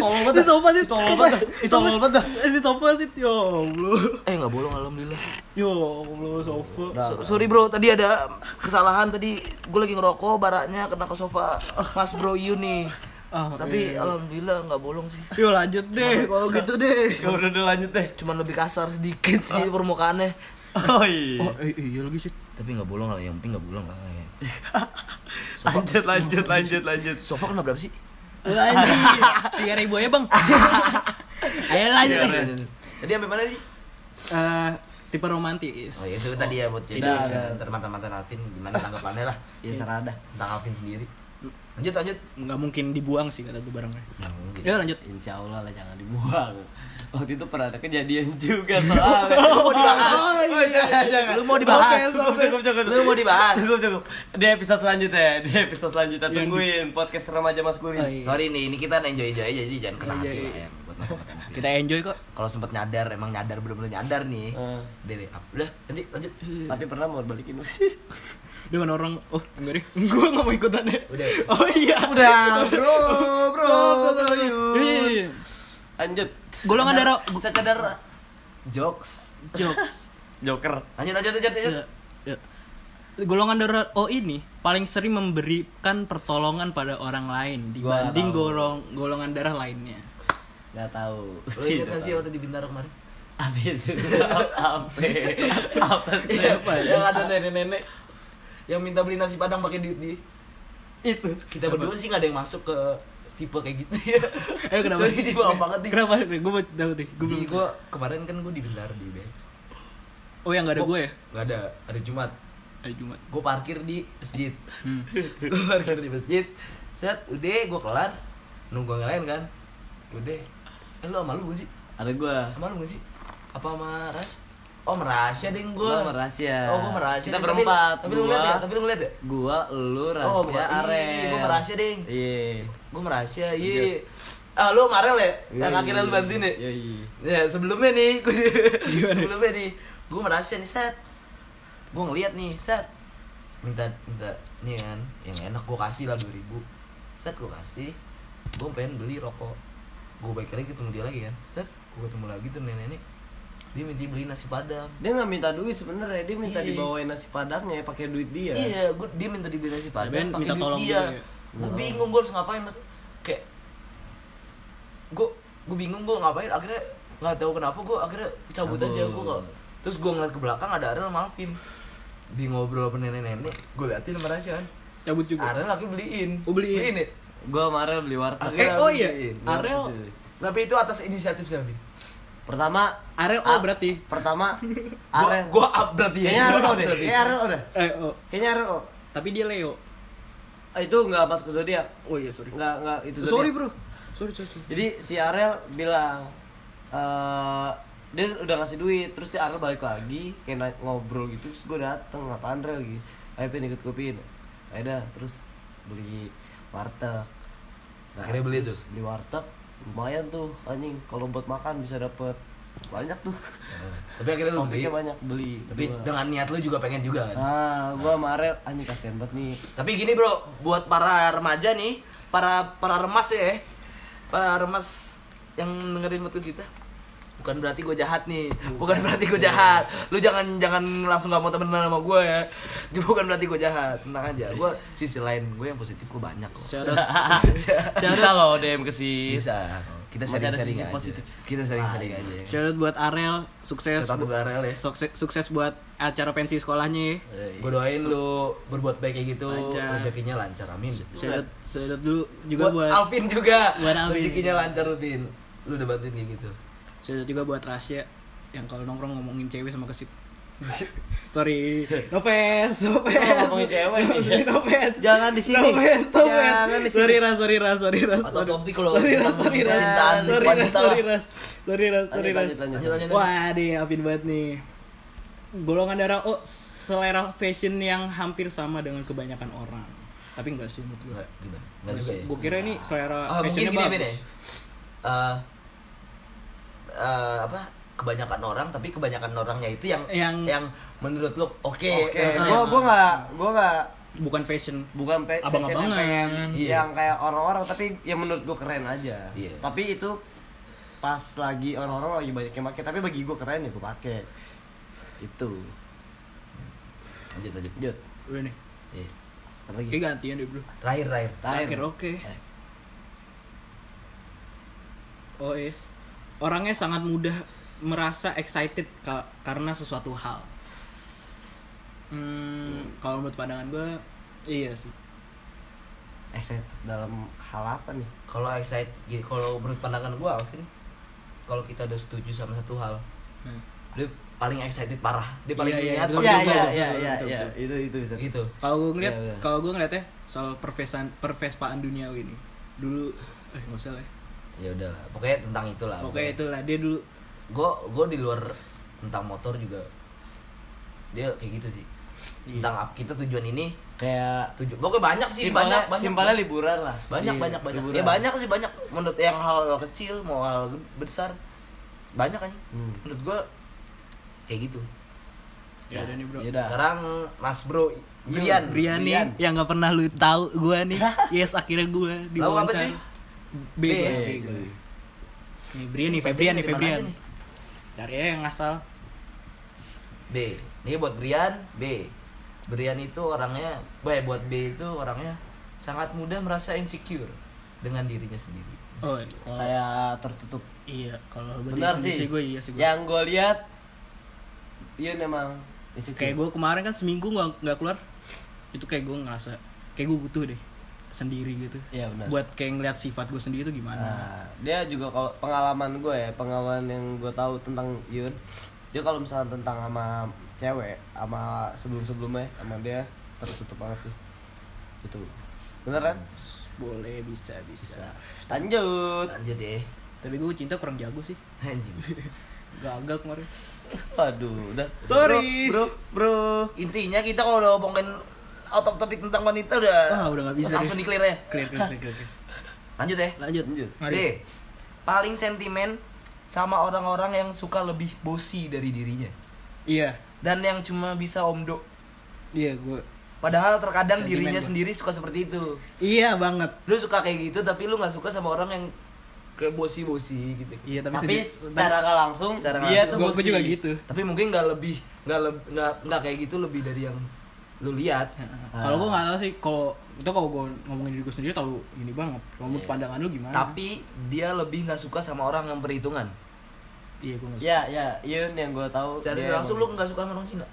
S3: Tolong banget dah. Tolong banget dah. Ih, Tolong banget dah.
S1: asli topa sih. Ya Allah.
S2: Eh nggak bolong alhamdulillah.
S1: Ya Allah, sofa.
S2: So- sorry bro, tadi ada kesalahan tadi gue lagi ngerokok baraknya kena ke sofa Mas Bro Yu nih.
S1: Ah,
S3: Oh, iya.
S2: Tapi alhamdulillah nggak bolong sih.
S1: Yuk lanjut deh kalau gitu deh.
S3: Ya udah udah lanjut deh.
S2: Cuman lebih kasar sedikit sih permukaannya. eh,
S3: Oh iya. Eh.
S1: Oh, iya lagi sih.
S2: tapi nggak bolong lah yang penting nggak bolong lah ya.
S3: lanjut lanjut lanjut lanjut
S2: sofa kena berapa sih
S1: tiga ribu ya bang ayo lanjut deh.
S2: Iya, iya,
S3: Eh.
S2: iya. tadi sampai mana sih
S1: Eh, tipe romantis
S2: oh ya itu tadi ya buat jadi
S3: Udah, udah.
S2: ntar mantan-mantan Alvin gimana tanggapannya lah
S3: ya serada
S2: tentang Alvin sendiri lanjut lanjut
S1: nggak mungkin dibuang sih kata gue barangnya
S2: Nggak mungkin.
S1: ya lanjut
S3: Insya Allah lah jangan dibuang Waktu itu pernah ada kejadian juga soalnya Oh,
S2: iya,
S3: oh, jangan, jangan.
S2: Lu mau dibahas?
S3: Oke, stop, cukup, cukup.
S2: Lu mau dibahas?
S3: Cukup, cukup Di episode selanjutnya Di episode selanjutnya
S1: Yang di-
S3: Tungguin podcast remaja mas Kurin
S1: Oh, iya.
S2: sorry nih ini kita enjoy enjoy aja jadi jangan kena
S1: Iya,
S2: hati
S1: iya,
S2: lah
S1: iya.
S2: ya buat mantan-mantan Alvin.
S1: kita enjoy kok
S2: kalau sempet nyadar emang nyadar bener-bener nyadar nih
S4: Eh.
S2: deh deh, up. udah nanti lanjut
S3: Tapi pernah mau balikin
S1: dengan orang oh enggak deh gue nggak mau ikutan deh
S2: Udah.
S1: oh iya
S3: Udah bro bro
S1: Iya, iya, iya.
S3: Lanjut
S1: golongan darah
S2: sekedar jokes
S1: jokes
S3: Joker
S2: lanjut lanjut lanjut
S3: Eh.
S2: lanjut
S1: Ya, ya. golongan darah O ini paling sering memberikan pertolongan pada orang lain
S3: Gua
S1: dibanding
S3: tahu.
S1: golong golongan darah lainnya
S3: Gak tau
S2: Lo inget gak Oh, sih waktu di Bintaro kemarin?
S3: Apa itu? Apa? Apa sih?
S2: Yang ada nenek-nenek yang minta beli nasi padang pakai duit di
S3: Itu
S2: kita berdua sih nggak ada yang masuk ke tipe kayak gitu ya.
S1: eh kenapa
S2: Sorry, di bawah banget nih.
S1: kenapa gue mau tahu deh gue
S2: Jadi
S1: belum
S2: gue kemarin kan gue di Bintaro di BX.
S1: oh yang nggak ada gue ya
S2: Gak ada, ada Jumat.
S1: hari Jumat
S2: Gue parkir di masjid.
S1: Hmm.
S2: gue parkir di masjid. Set, udah gue kelar. Nunggu yang lain kan. Udah. Eh lu sama lu gak sih?
S3: Ada gua
S2: Sama lu gak sih? Apa sama Ras? Oh, merahsia deh gue.
S3: Gua sama Rasya.
S2: Oh, gue merahsia.
S3: Kita
S2: deh.
S3: berempat.
S2: Tapi, tapi lu ngeliat
S3: Gua-
S2: ya? Tapi lu ngeliat ya?
S3: Gua, lu,
S2: Oh,
S3: Rasya,
S2: bukan. Ih,
S3: Arel
S2: gua merahsia, Ding.
S3: Iya
S2: Gue merahsia, iya. Ah, lu sama Arel ya? Yang
S3: Iya,
S2: akhirnya lu
S3: iya,
S2: bantuin ya?
S3: Iya, iya
S2: Ya, sebelumnya nih, gua, sebelumnya nih, gue merasa nih set, gue ngeliat nih set, minta minta nih kan, yang enak gue kasih lah 2000 set gue kasih, gue pengen beli rokok, gue balik lagi ketemu dia lagi kan, set, gue ketemu lagi tuh nenek nenek, dia minta beli nasi padang,
S3: Dia nggak minta duit sebenarnya, dia minta
S2: Iya.
S3: dibawain nasi padangnya pakai duit dia.
S2: Iya, gue dia minta dibeli nasi padang,
S1: Ya, Ben,
S2: pakai
S1: minta
S2: duit
S1: tolong dulu
S2: dia.
S1: ya.
S2: Gue bingung gue harus ngapain mas, kayak gue gue bingung gue ngapain akhirnya nggak tahu kenapa gue akhirnya cabut aja gue nggak- terus gue ngeliat ke belakang ada Ariel sama Alvin di ngobrol sama nenek-nenek gue liatin sama Rasya kan
S1: cabut juga
S2: Ariel akhirnya beliin
S1: Oh, beliin.
S2: ya?
S3: Gua sama Arel beli warteg.
S1: eh oh iya
S2: Beliin.
S1: Arel
S2: tapi itu atas inisiatif siapa
S3: Pertama,
S1: Arel O
S2: Oh, Ah.
S3: Ar-
S1: berarti
S3: pertama
S2: gue
S3: Arel.
S2: gue up berarti ya
S3: Kayaknya
S2: Gua
S3: Arel O
S2: up
S3: deh.
S2: berarti.
S3: Kayaknya Arel O deh.
S1: eh oh
S3: Kayaknya Arel O.
S1: tapi dia Leo
S3: Ah, Itu nggak masuk ke zodiak.
S1: oh iya sorry
S3: Nggak nggak itu zodiak.
S1: sorry bro sorry sorry sorry.
S3: Jadi si Arel bilang eh dia udah ngasih duit, terus dia Arel balik lagi, kayak na- ngobrol gitu, terus gue dateng, ngapain Rel gitu Ayo Pin ikut gue Pin Ayo dah, terus beli warteg Nah,
S2: Akhirnya beli
S3: terus
S2: tuh.
S3: Beli warteg, lumayan tuh anjing, kalau buat makan bisa dapet banyak tuh
S2: tapi akhirnya lu beli
S3: Topiknya banyak, beli
S2: tapi
S3: Gua-
S2: dengan niat lu juga pengen juga kan
S3: Ah, gue sama Arel, anjing kasihan banget nih
S2: Tapi gini bro, buat para remaja nih, para para remas ya, para remas yang dengerin podcast kita, bukan berarti gue jahat nih, bukan berarti gue jahat. Lu jangan jangan langsung gak mau temenan sama gue ya. Bukan berarti gue jahat, tenang aja. Gue sisi lain gue yang positif gue banyak kok.
S1: shout out
S3: Bisa loh DM ke si
S2: Bisa. Kita
S3: Masih ada
S2: sering-sering
S3: sisi
S2: aja.
S3: positif. Ah, iya.
S2: Kita sering-sering aja.
S1: shout out buat Arel sukses
S2: Shout out buat Arel, ya.
S1: sukses sukses buat acara pensi sekolahnya ya.
S2: Gue doain lu berbuat baik kayak gitu,
S1: Lancar.
S2: rezekinya lancar, amin.
S1: shout out shout out dulu juga buat
S2: Alvin juga,
S1: buat Alvin.
S2: rezekinya lancar Alvin. Lu udah bantuin kayak gitu.
S1: Shout out juga buat Rasya yang kalau nongkrong ngomongin cewek sama kesit. Sorry, no offense, no offense.
S3: Kita ngomongin cewek nih.
S1: No offense.
S3: Jangan di sini.
S1: No offense, no offense.
S3: Jangan di sini.
S1: Sorry Ras, sorry Ras, sorry Ras.
S2: Atau
S1: sorry.
S2: topik lo
S1: Sorry Ras,
S2: tentang
S1: sorry Ras.
S2: percintaan
S1: Sorry Ras,
S2: wanita
S1: sorry
S2: lah.
S1: Ras. Sorry Ras, sorry
S3: Lanjut,
S1: Ras.
S3: lanjut, lanjut.
S2: Lanjut lanjut.
S1: Wah, deh Alvin banget nih. Golongan darah O selera fashion yang hampir sama dengan kebanyakan orang. Tapi enggak sih menurut gue.
S2: Nggak, gimana? Nggak juga ya?
S1: Gue kira ini selera
S2: Ah, mungkin
S1: fashionnya
S2: gini beda
S3: ya?
S1: bagus.
S2: Eh, eh, apa kebanyakan orang tapi kebanyakan orangnya itu yang yang,
S3: Ya.
S1: Yang-
S2: menurut lo oke
S3: Oke,
S2: Eh,
S3: gua gua nggak gua nggak
S1: Bukan fashion.
S3: bukan pe fashion yang
S1: Abang-abangan.
S3: pengen
S2: Iya.
S3: yang kayak orang-orang tapi yang menurut gua keren aja.
S2: Iya.
S3: Tapi itu pas lagi orang-orang lagi banyak yang pakai tapi bagi gua keren ya gua pakai. Itu.
S2: lanjut lanjut
S3: Lanjut.
S1: Udah nih.
S2: Iya.
S3: Apa lagi?
S1: Kayak gantian deh, Bro.
S2: terakhir terakhir
S1: Terakhir oke. Oh iya. Orangnya sangat mudah merasa excited ka- karena sesuatu hal. Hmm, kalau menurut pandangan gue, iya sih.
S3: Excited Eh, dalam hal apa nih?
S2: Kalau excited, gini, kalau menurut pandangan gue, Alvin, kalau kita udah setuju sama satu hal,
S1: Hmm.
S2: dia paling excited parah. Dia paling
S1: Iya, iya,
S2: niat
S1: betul,
S2: paling
S3: Iya
S1: betul,
S3: iya
S1: betul,
S3: iya
S1: betul,
S3: iya
S1: betul,
S3: iya
S1: betul.
S3: itu itu bisa.
S2: gitu.
S1: Kalau gue ngeliat,
S4: Iya, iya.
S1: kalau gue ngeliat ya soal pervesan pervespaan duniawi ini. Dulu, eh nggak usah lah. ya.
S2: Ya udahlah, pokoknya tentang itulah.
S1: Pokoknya itulah dia dulu.
S2: Gue gue di luar tentang motor juga. Dia kayak gitu sih.
S1: Iya.
S2: Tentang ap- kita tujuan ini,
S4: kayak
S2: tujuan pokoknya banyak sih,
S4: simpelnya
S2: banyak, banyak.
S4: simpelnya liburan lah
S2: banyak
S4: Iya,
S2: banyak banyak
S4: liburan.
S2: ya banyak sih banyak menurut yang hal, hal kecil mau hal ge- besar banyak kan
S4: Hmm.
S2: menurut gua kayak gitu
S1: Ya, udah nih bro.
S4: Ya udah.
S2: sekarang mas bro Brian
S1: Brian nih yang nggak pernah lu tahu gue nih. yes, akhirnya gue di
S2: Tahu apa sih?
S1: B,
S2: B,
S3: Iya,
S1: gua,
S2: ya,
S1: B,
S2: cuy.
S1: gua. Nih Brian nih, Febrian nih,
S2: Dari mana
S1: Febrian.
S2: aja nih?
S1: Cari aja yang ngasal.
S2: B ini buat Brian B Brian itu orangnya eh, buat B itu orangnya sangat mudah merasa insecure dengan dirinya sendiri
S1: Oh,
S3: Kayak tertutup.
S1: iya. Kalau gue
S3: Benar sih. Ya,
S1: gue iya sih gue.
S3: Yang gue lihat Iya memang
S1: kayak gue kemarin kan seminggu nggak nggak keluar itu kayak gue ngerasa kayak gue butuh deh sendiri gitu
S4: Iya, benar.
S1: buat kayak ngeliat sifat gue sendiri tuh gimana
S3: Nah, dia juga kalau pengalaman gue ya, pengalaman yang gue tahu tentang Yun. Dia kalau misalnya tentang sama cewek, sama sebelum-sebelumnya sama dia tertutup banget sih. Itu. kan? Beneran?
S1: boleh bisa bisa
S3: Lanjut.
S2: lanjut
S1: ya.
S2: deh
S1: tapi gue cinta kurang jago sih
S2: anjing
S1: gagal kemarin
S3: Waduh, udah.
S1: Sorry.
S3: Bro, bro.
S2: intinya kita kalau udah ngomongin out of topic tentang wanita udah
S1: ah udah nggak bisa
S2: langsung di
S1: deh.
S2: clear ya
S1: clear clear clear, clear.
S2: lanjut ya
S1: lanjut
S3: Lanjut.
S1: Mari.
S2: D. Paling sentimen sama orang-orang yang suka lebih bosi dari dirinya
S1: iya
S2: dan yang cuma bisa omdo.
S1: iya gue
S2: Padahal terkadang
S1: Sentimen
S2: dirinya
S1: gua.
S2: sendiri suka seperti itu.
S1: iya banget
S2: Lu suka kayak gitu tapi lu nggak suka sama orang yang kayak bosi-bosi gitu.
S1: iya tapi,
S3: Tapi,
S1: sedih.
S3: secara nggak langsung
S2: Secara nggak
S3: dia
S2: langsung.
S3: tuh
S1: gue
S3: bosi.
S1: juga gitu
S2: Tapi mungkin nggak lebih nggak leb- nggak nggak kayak gitu lebih dari yang lu lihat. Ah,
S1: kalau gue nggak tahu sih kalau itu kalau gue ngomongin diri gue sendiri terlalu ini banget kalau menurut pandangan lu gimana
S2: Tapi dia lebih nggak suka sama orang yang perhitungan.
S1: iya gue nggak suka.
S3: Ya, ya, Yun yang gue tahu.
S1: Iya,
S2: Secara
S3: dia
S2: langsung lu
S3: emang-
S2: nggak suka sama orang Cina.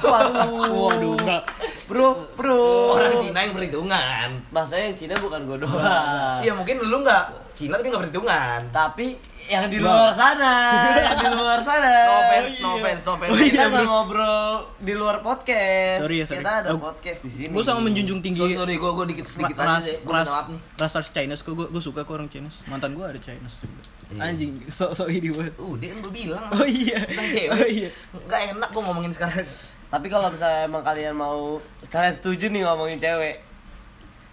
S3: Waduh.
S1: waduh enggak
S3: Bro, bro.
S1: Oh.
S2: Orang Cina yang perhitungan.
S3: Bahasanya yang Cina bukan gue doang.
S2: Iya mungkin lu nggak Cina tapi nggak perhitungan.
S3: Tapi yang di luar sana, yang di luar sana.
S2: No offense, no offense, no offense.
S3: Kita nggak ngobrol di luar podcast.
S1: Sorry ya, sorry.
S3: Kita ada
S1: Oh,
S3: podcast di sini.
S1: gue sama menjunjung tinggi
S2: Sorry, sorry, gue gue dikit sedikit
S1: Ra- ras
S2: aja deh. Gua
S1: ras
S2: minta maaf nih.
S1: ras ras Chinese kok gue gue suka kok orang Chinese mantan gue ada Chinese juga
S2: Iya.
S1: anjing sok sok ini banget
S2: Tuh, dia kan gue bilang.
S1: Oh, iya.
S2: Tentang cewek.
S1: Oh, iya.
S2: Nggak enak gue ngomongin sekarang.
S3: Tapi kalau misalnya emang kalian mau, kalian setuju nih ngomongin cewek.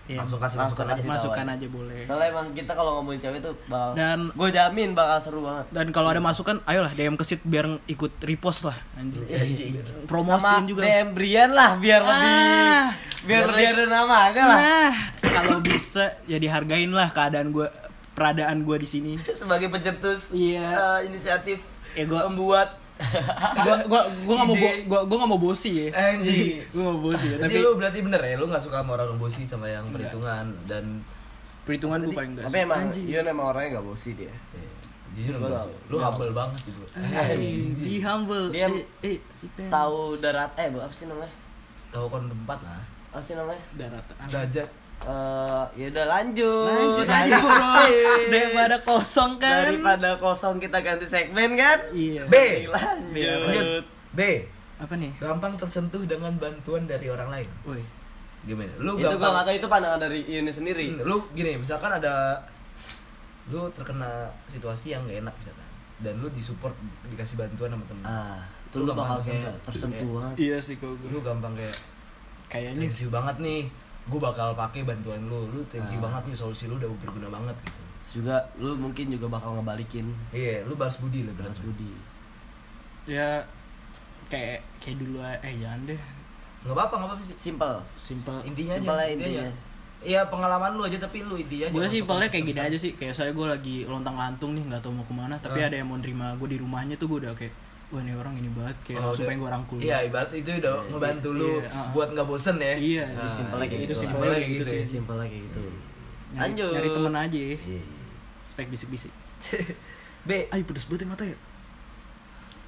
S1: Iya.
S2: Langsung kasih
S3: Langsung
S2: masukan aja.
S3: kasih.
S1: masukkan
S3: tahu.
S1: aja boleh
S3: Soalnya emang kita kalau ngomongin cewek tuh bakal,
S1: Dan-
S3: gue jamin bakal seru banget.
S1: dan kalau ada masukan ayolah DM kesit biar ikut repost lah anjing
S2: Iya,
S3: Iya,
S2: Anjing.
S1: promosiin
S3: Sama
S1: juga
S3: DM Brian lah biar lebih,
S1: Ah,
S3: biar
S2: biar
S3: lebih ada nama aja lah.
S1: nah kalau bisa ya dihargain lah keadaan gue peradaan gue di sini
S2: Sebagai pencetus
S1: Iya.
S2: eh, inisiatif
S1: Ya, gua-
S2: membuat
S1: gue gue gue nggak mau
S2: Ide.
S1: bo, gue gue nggak mau bosi ya
S3: Eh,
S2: Anjing.
S1: gue nggak mau bosi
S3: Iya,
S1: ya
S2: Jadi
S1: tapi
S2: lu berarti bener ya, lu nggak suka sama orang bosi sama yang perhitungan dan
S1: perhitungan gue paling enggak
S3: Tapi emang Yun emang orangnya gak bosi dia.
S2: eh, jujur
S3: Gua
S2: gua
S3: tahu.
S2: lu humble banget sih gua.
S1: di humble
S3: Dia
S1: eh, eh, sit down.
S3: Tahu darat eh bu, apa sih namanya?
S2: Tahu kon tempat nah. lah.
S3: Apa sih namanya?
S1: daratan
S2: Derajat.
S3: Eh, ya udah lanjut. Iya.
S1: lanjut aja bro daripada kosong kan
S3: Daripada kosong kita ganti segmen kan?
S1: iya
S2: B.
S3: Lanjut.
S2: B.
S1: apa nih
S2: Gampang tersentuh dengan bantuan dari orang lain.
S1: woi
S2: Gimana? Lu
S3: Itu gua
S2: gampang
S3: nggak tahu itu pandangan dari Yuni sendiri.
S2: Hmm, lu gini misalkan ada lu terkena situasi yang gak enak misalkan dan lu disupport dikasih bantuan sama temen
S3: Ah, itu
S2: Lu
S3: lu bakal
S2: gampang
S3: kayak
S2: tersentuh.
S3: tersentuh banget.
S1: iya sih kok
S2: lu gampang kayak
S1: kayaknya
S2: thank you banget nih gue bakal pakai bantuan lu lu thank you banget nih solusi lu udah berguna banget gitu
S3: Terus juga lu mungkin juga bakal ngebalikin
S2: iya lu balas budi lah
S3: balas
S2: balas budi
S3: budi.
S1: ya kayak kayak dulu aja. eh jangan deh
S2: nggak apa-apa nggak apa-apa sih Eh,
S3: Simple.
S1: simple
S2: intinya
S3: Simpel
S2: aja
S3: lah intinya.
S2: Iya pengalaman lu aja tapi lu intinya aja
S1: gue
S2: nggak
S1: sih
S2: usah
S1: simpelnya kayak
S2: kompet-
S1: gini aja sih kayak saya gue lagi lontang lantung nih nggak tahu mau kemana tapi
S2: Eh.
S1: ada yang mau nerima gue di rumahnya tuh gue udah kayak wah ini orang ini banget kayak
S2: Oh,
S1: langsung
S2: udah.
S1: pengen gue rangkul
S2: Iya, ibarat itu udah ngebantu lu
S1: Iya, ah.
S2: buat nggak bosen ya.
S1: Iya, itu
S2: Nah,
S1: simpelnya kayak gitu,
S2: simpelnya
S1: simpelnya
S2: kayak
S1: gitu
S2: gitu
S1: sih.
S2: ya.
S3: Simple lah kayak gitu.
S1: Nyari-
S3: Lanjut.
S1: nyari temen aja ya
S2: Iya.
S1: spek bisik bisik
S2: B,
S1: ayo pedes banget ya mata ya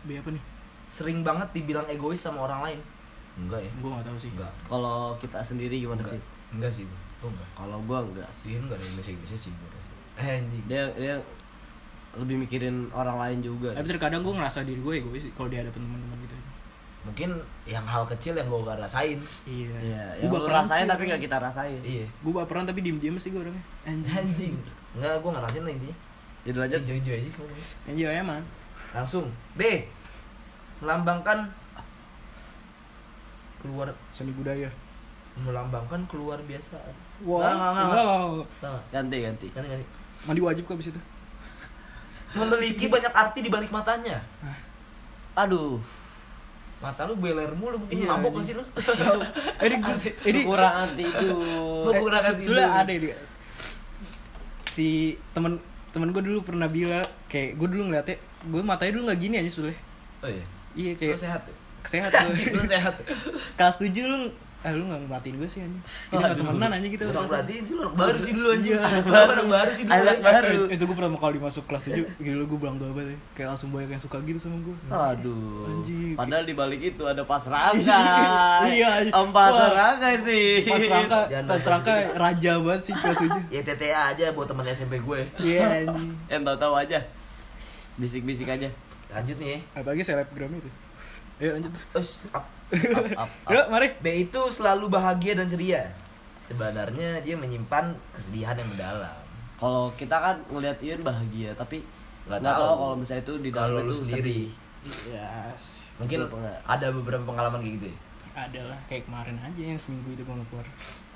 S1: B apa nih
S2: sering banget dibilang egois sama orang lain. Enggak ya?
S1: gue nggak tahu sih
S2: Enggak.
S3: Kalau kita sendiri gimana sih?
S2: Enggak sih, bro. Gua enggak.
S3: Kalau gua enggak sih.
S2: Sih enggak ada Indonesia Indonesia sih gua rasa. Eh, anjing.
S3: Dia dia lebih mikirin orang lain juga.
S1: tapi terkadang gue ngerasa diri gue egois sih kalau dia ada teman-teman gitu
S2: Mungkin yang hal kecil yang gua gak rasain.
S1: iya
S3: Iya,
S1: gue
S3: yang lu rasain
S1: kan?
S3: tapi nggak kita rasain.
S2: Iya.
S1: gue baperan tapi diem-diem sih gue orangnya anjing
S2: Anjing. Enggak, gua ngerasain lah intinya.
S3: Judul aja
S2: Hijau-hijau aja.
S1: anjing ya emang
S2: Langsung. B. Melambangkan keluar
S1: seni budaya
S2: melambangkan keluar biasaan.
S1: wow
S2: Nggak, nggak, nggak, nggak.
S1: wow.
S2: Tahu nggak?
S3: ganti ganti.
S2: Ganti, ganti.
S1: mandi wajib kok abis itu
S2: Memiliki banyak arti di balik matanya.
S3: Aduh,
S2: Mata lu beler mulu, mungkin
S1: Iya,
S2: mabok gak sih
S1: anjing.
S2: lu?
S1: ini gue ini
S3: kurang anti itu.
S2: Gua kurang
S1: Eh,
S2: hati
S1: sebenernya
S2: dulu.
S1: ada ini si temen temen gue dulu pernah bilang kayak gue dulu ngeliatnya gue matanya dulu nggak gini aja sebenernya
S2: Oh iya.
S1: iya
S2: Lu
S1: kayak
S2: sehat.
S1: sehat
S2: Anjing,
S1: tuh
S2: lu sehat.
S1: kelas tujuh lu ah lu nggak ngeliatin gue sih anjing kita
S3: Oh,
S1: nggak temenan aja gitu
S2: Lu nggak
S1: Kelas-
S2: perhatiin sih lu anak baru sih dulu anjing.
S1: Iya,
S2: Anak baru, anak baru sih dulu.
S3: Anak
S2: anjing.
S3: baru.
S1: Eh, itu gue pertama kali masuk kelas 7 gila gue bilang gak banget ya. kayak langsung banyak yang suka gitu sama gue
S3: Aduh.
S1: Anjing.
S3: Padahal di balik itu ada pas rangka.
S1: Iya.
S3: Empat
S1: Wah.
S3: rangka sih.
S1: pas rangka
S2: Jangan
S1: pas
S2: bahas
S1: rangka raja banget sih kelas 7
S2: Ya TTA aja buat teman SMP gue.
S1: iya anjing
S3: Eh tahu-tahu aja. Bisik-bisik aja.
S2: Lanjut nih.
S1: apalagi selebgram itu ayo lanjut
S2: ya. Us, up.
S3: Up, up,
S1: yuk mari
S2: B itu selalu bahagia dan ceria. Sebenarnya dia menyimpan kesedihan yang mendalam.
S3: Kalau kita kan ngelihat Ian bahagia, tapi
S2: Nggak
S3: nggak tahu
S2: tahu.
S3: kalau misalnya itu di dalam
S2: Kalau lu
S3: itu
S2: sendiri,
S3: sedih.
S1: ya
S2: mungkin
S3: Betul apa nggak?
S2: ada beberapa pengalaman kayak gitu. ya?
S1: adalah kayak kemarin aja yang seminggu itu gue nggak keluar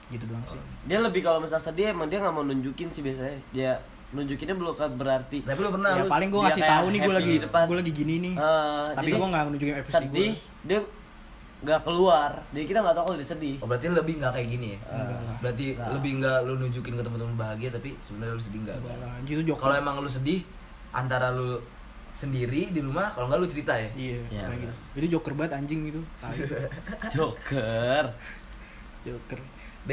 S1: gitu doang sih
S3: Dia lebih kalau misalnya sedih emang dia nggak mau nunjukin sih biasanya. Dia nunjukinnya belum kan berarti.
S2: Tapi lu pernah
S1: ya
S2: lu
S1: paling gue
S3: dia
S1: ngasih
S3: kayak
S1: tahu nih gue
S3: happy
S1: lagi
S3: di depan.
S1: gue lagi gini nih
S3: Eh,
S1: tapi
S3: jadi
S1: gue nggak nunjukin ekspresi gue
S3: sedih, dia nggak keluar. Dia kita nggak tahu kalau dia sedih.
S2: Oh, berarti lebih nggak kayak gini ya?
S1: Enggak lah.
S2: berarti lebih nggak lu nunjukin ke teman-teman bahagia tapi sebenarnya lu sedih nggak?
S1: Enggak lah, anjing itu
S2: Kalau
S1: joker
S2: emang lu sedih antara lu sendiri di rumah, kalau nggak lu cerita ya.
S1: iya
S3: Ya,
S1: kayak gitu itu joker banget anjing gitu Tai.
S3: Joker.
S1: joker
S2: B.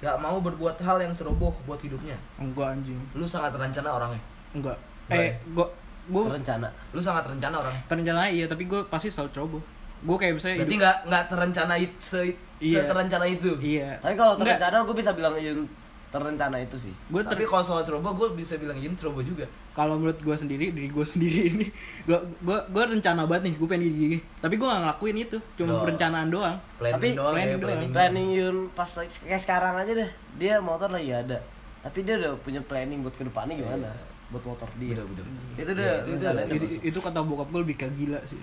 S2: Gak mau berbuat hal yang ceroboh buat hidupnya.
S1: enggak anjing
S2: Lu sangat terencana orangnya.
S1: enggak
S2: Baik.
S1: eh gue gue
S3: Rencana.
S2: Lu sangat terencana orangnya.
S1: terencana iya tapi gue pasti selalu coba gue kayak misalnya
S2: Berarti
S1: Iya, hidup-
S2: nggak nggak terencana itu se,
S1: Iya.
S2: seterencana itu.
S1: iya
S3: Tapi kalau
S1: Enggak.
S3: terencana gue bisa bilang Yun terencana itu sih.
S1: gue ter
S2: Tapi kalau soal ceroboh, gue bisa bilang ini ceroboh juga.
S1: kalau menurut gue sendiri diri gue sendiri ini gue gue gue rencana banget nih gue pengen gini, gini tapi gue gak ngelakuin itu cuma
S2: Loh.
S1: perencanaan doang
S2: Planning
S3: Tapi
S2: doang ya,
S1: planning doang.
S2: planning.
S3: Planning Yun pas lagi kayak sekarang aja deh. Dia motor lagi ada. Tapi dia udah punya planning buat kedepannya
S2: Iya.
S3: gimana? Buat motor dia.
S2: Udah, udah.
S3: Itu
S2: Iya,
S3: udah
S2: itu- itu-
S3: rencananya
S1: itu,
S3: udah masuk.
S1: itu kata bokap gue lebih kayak gila sih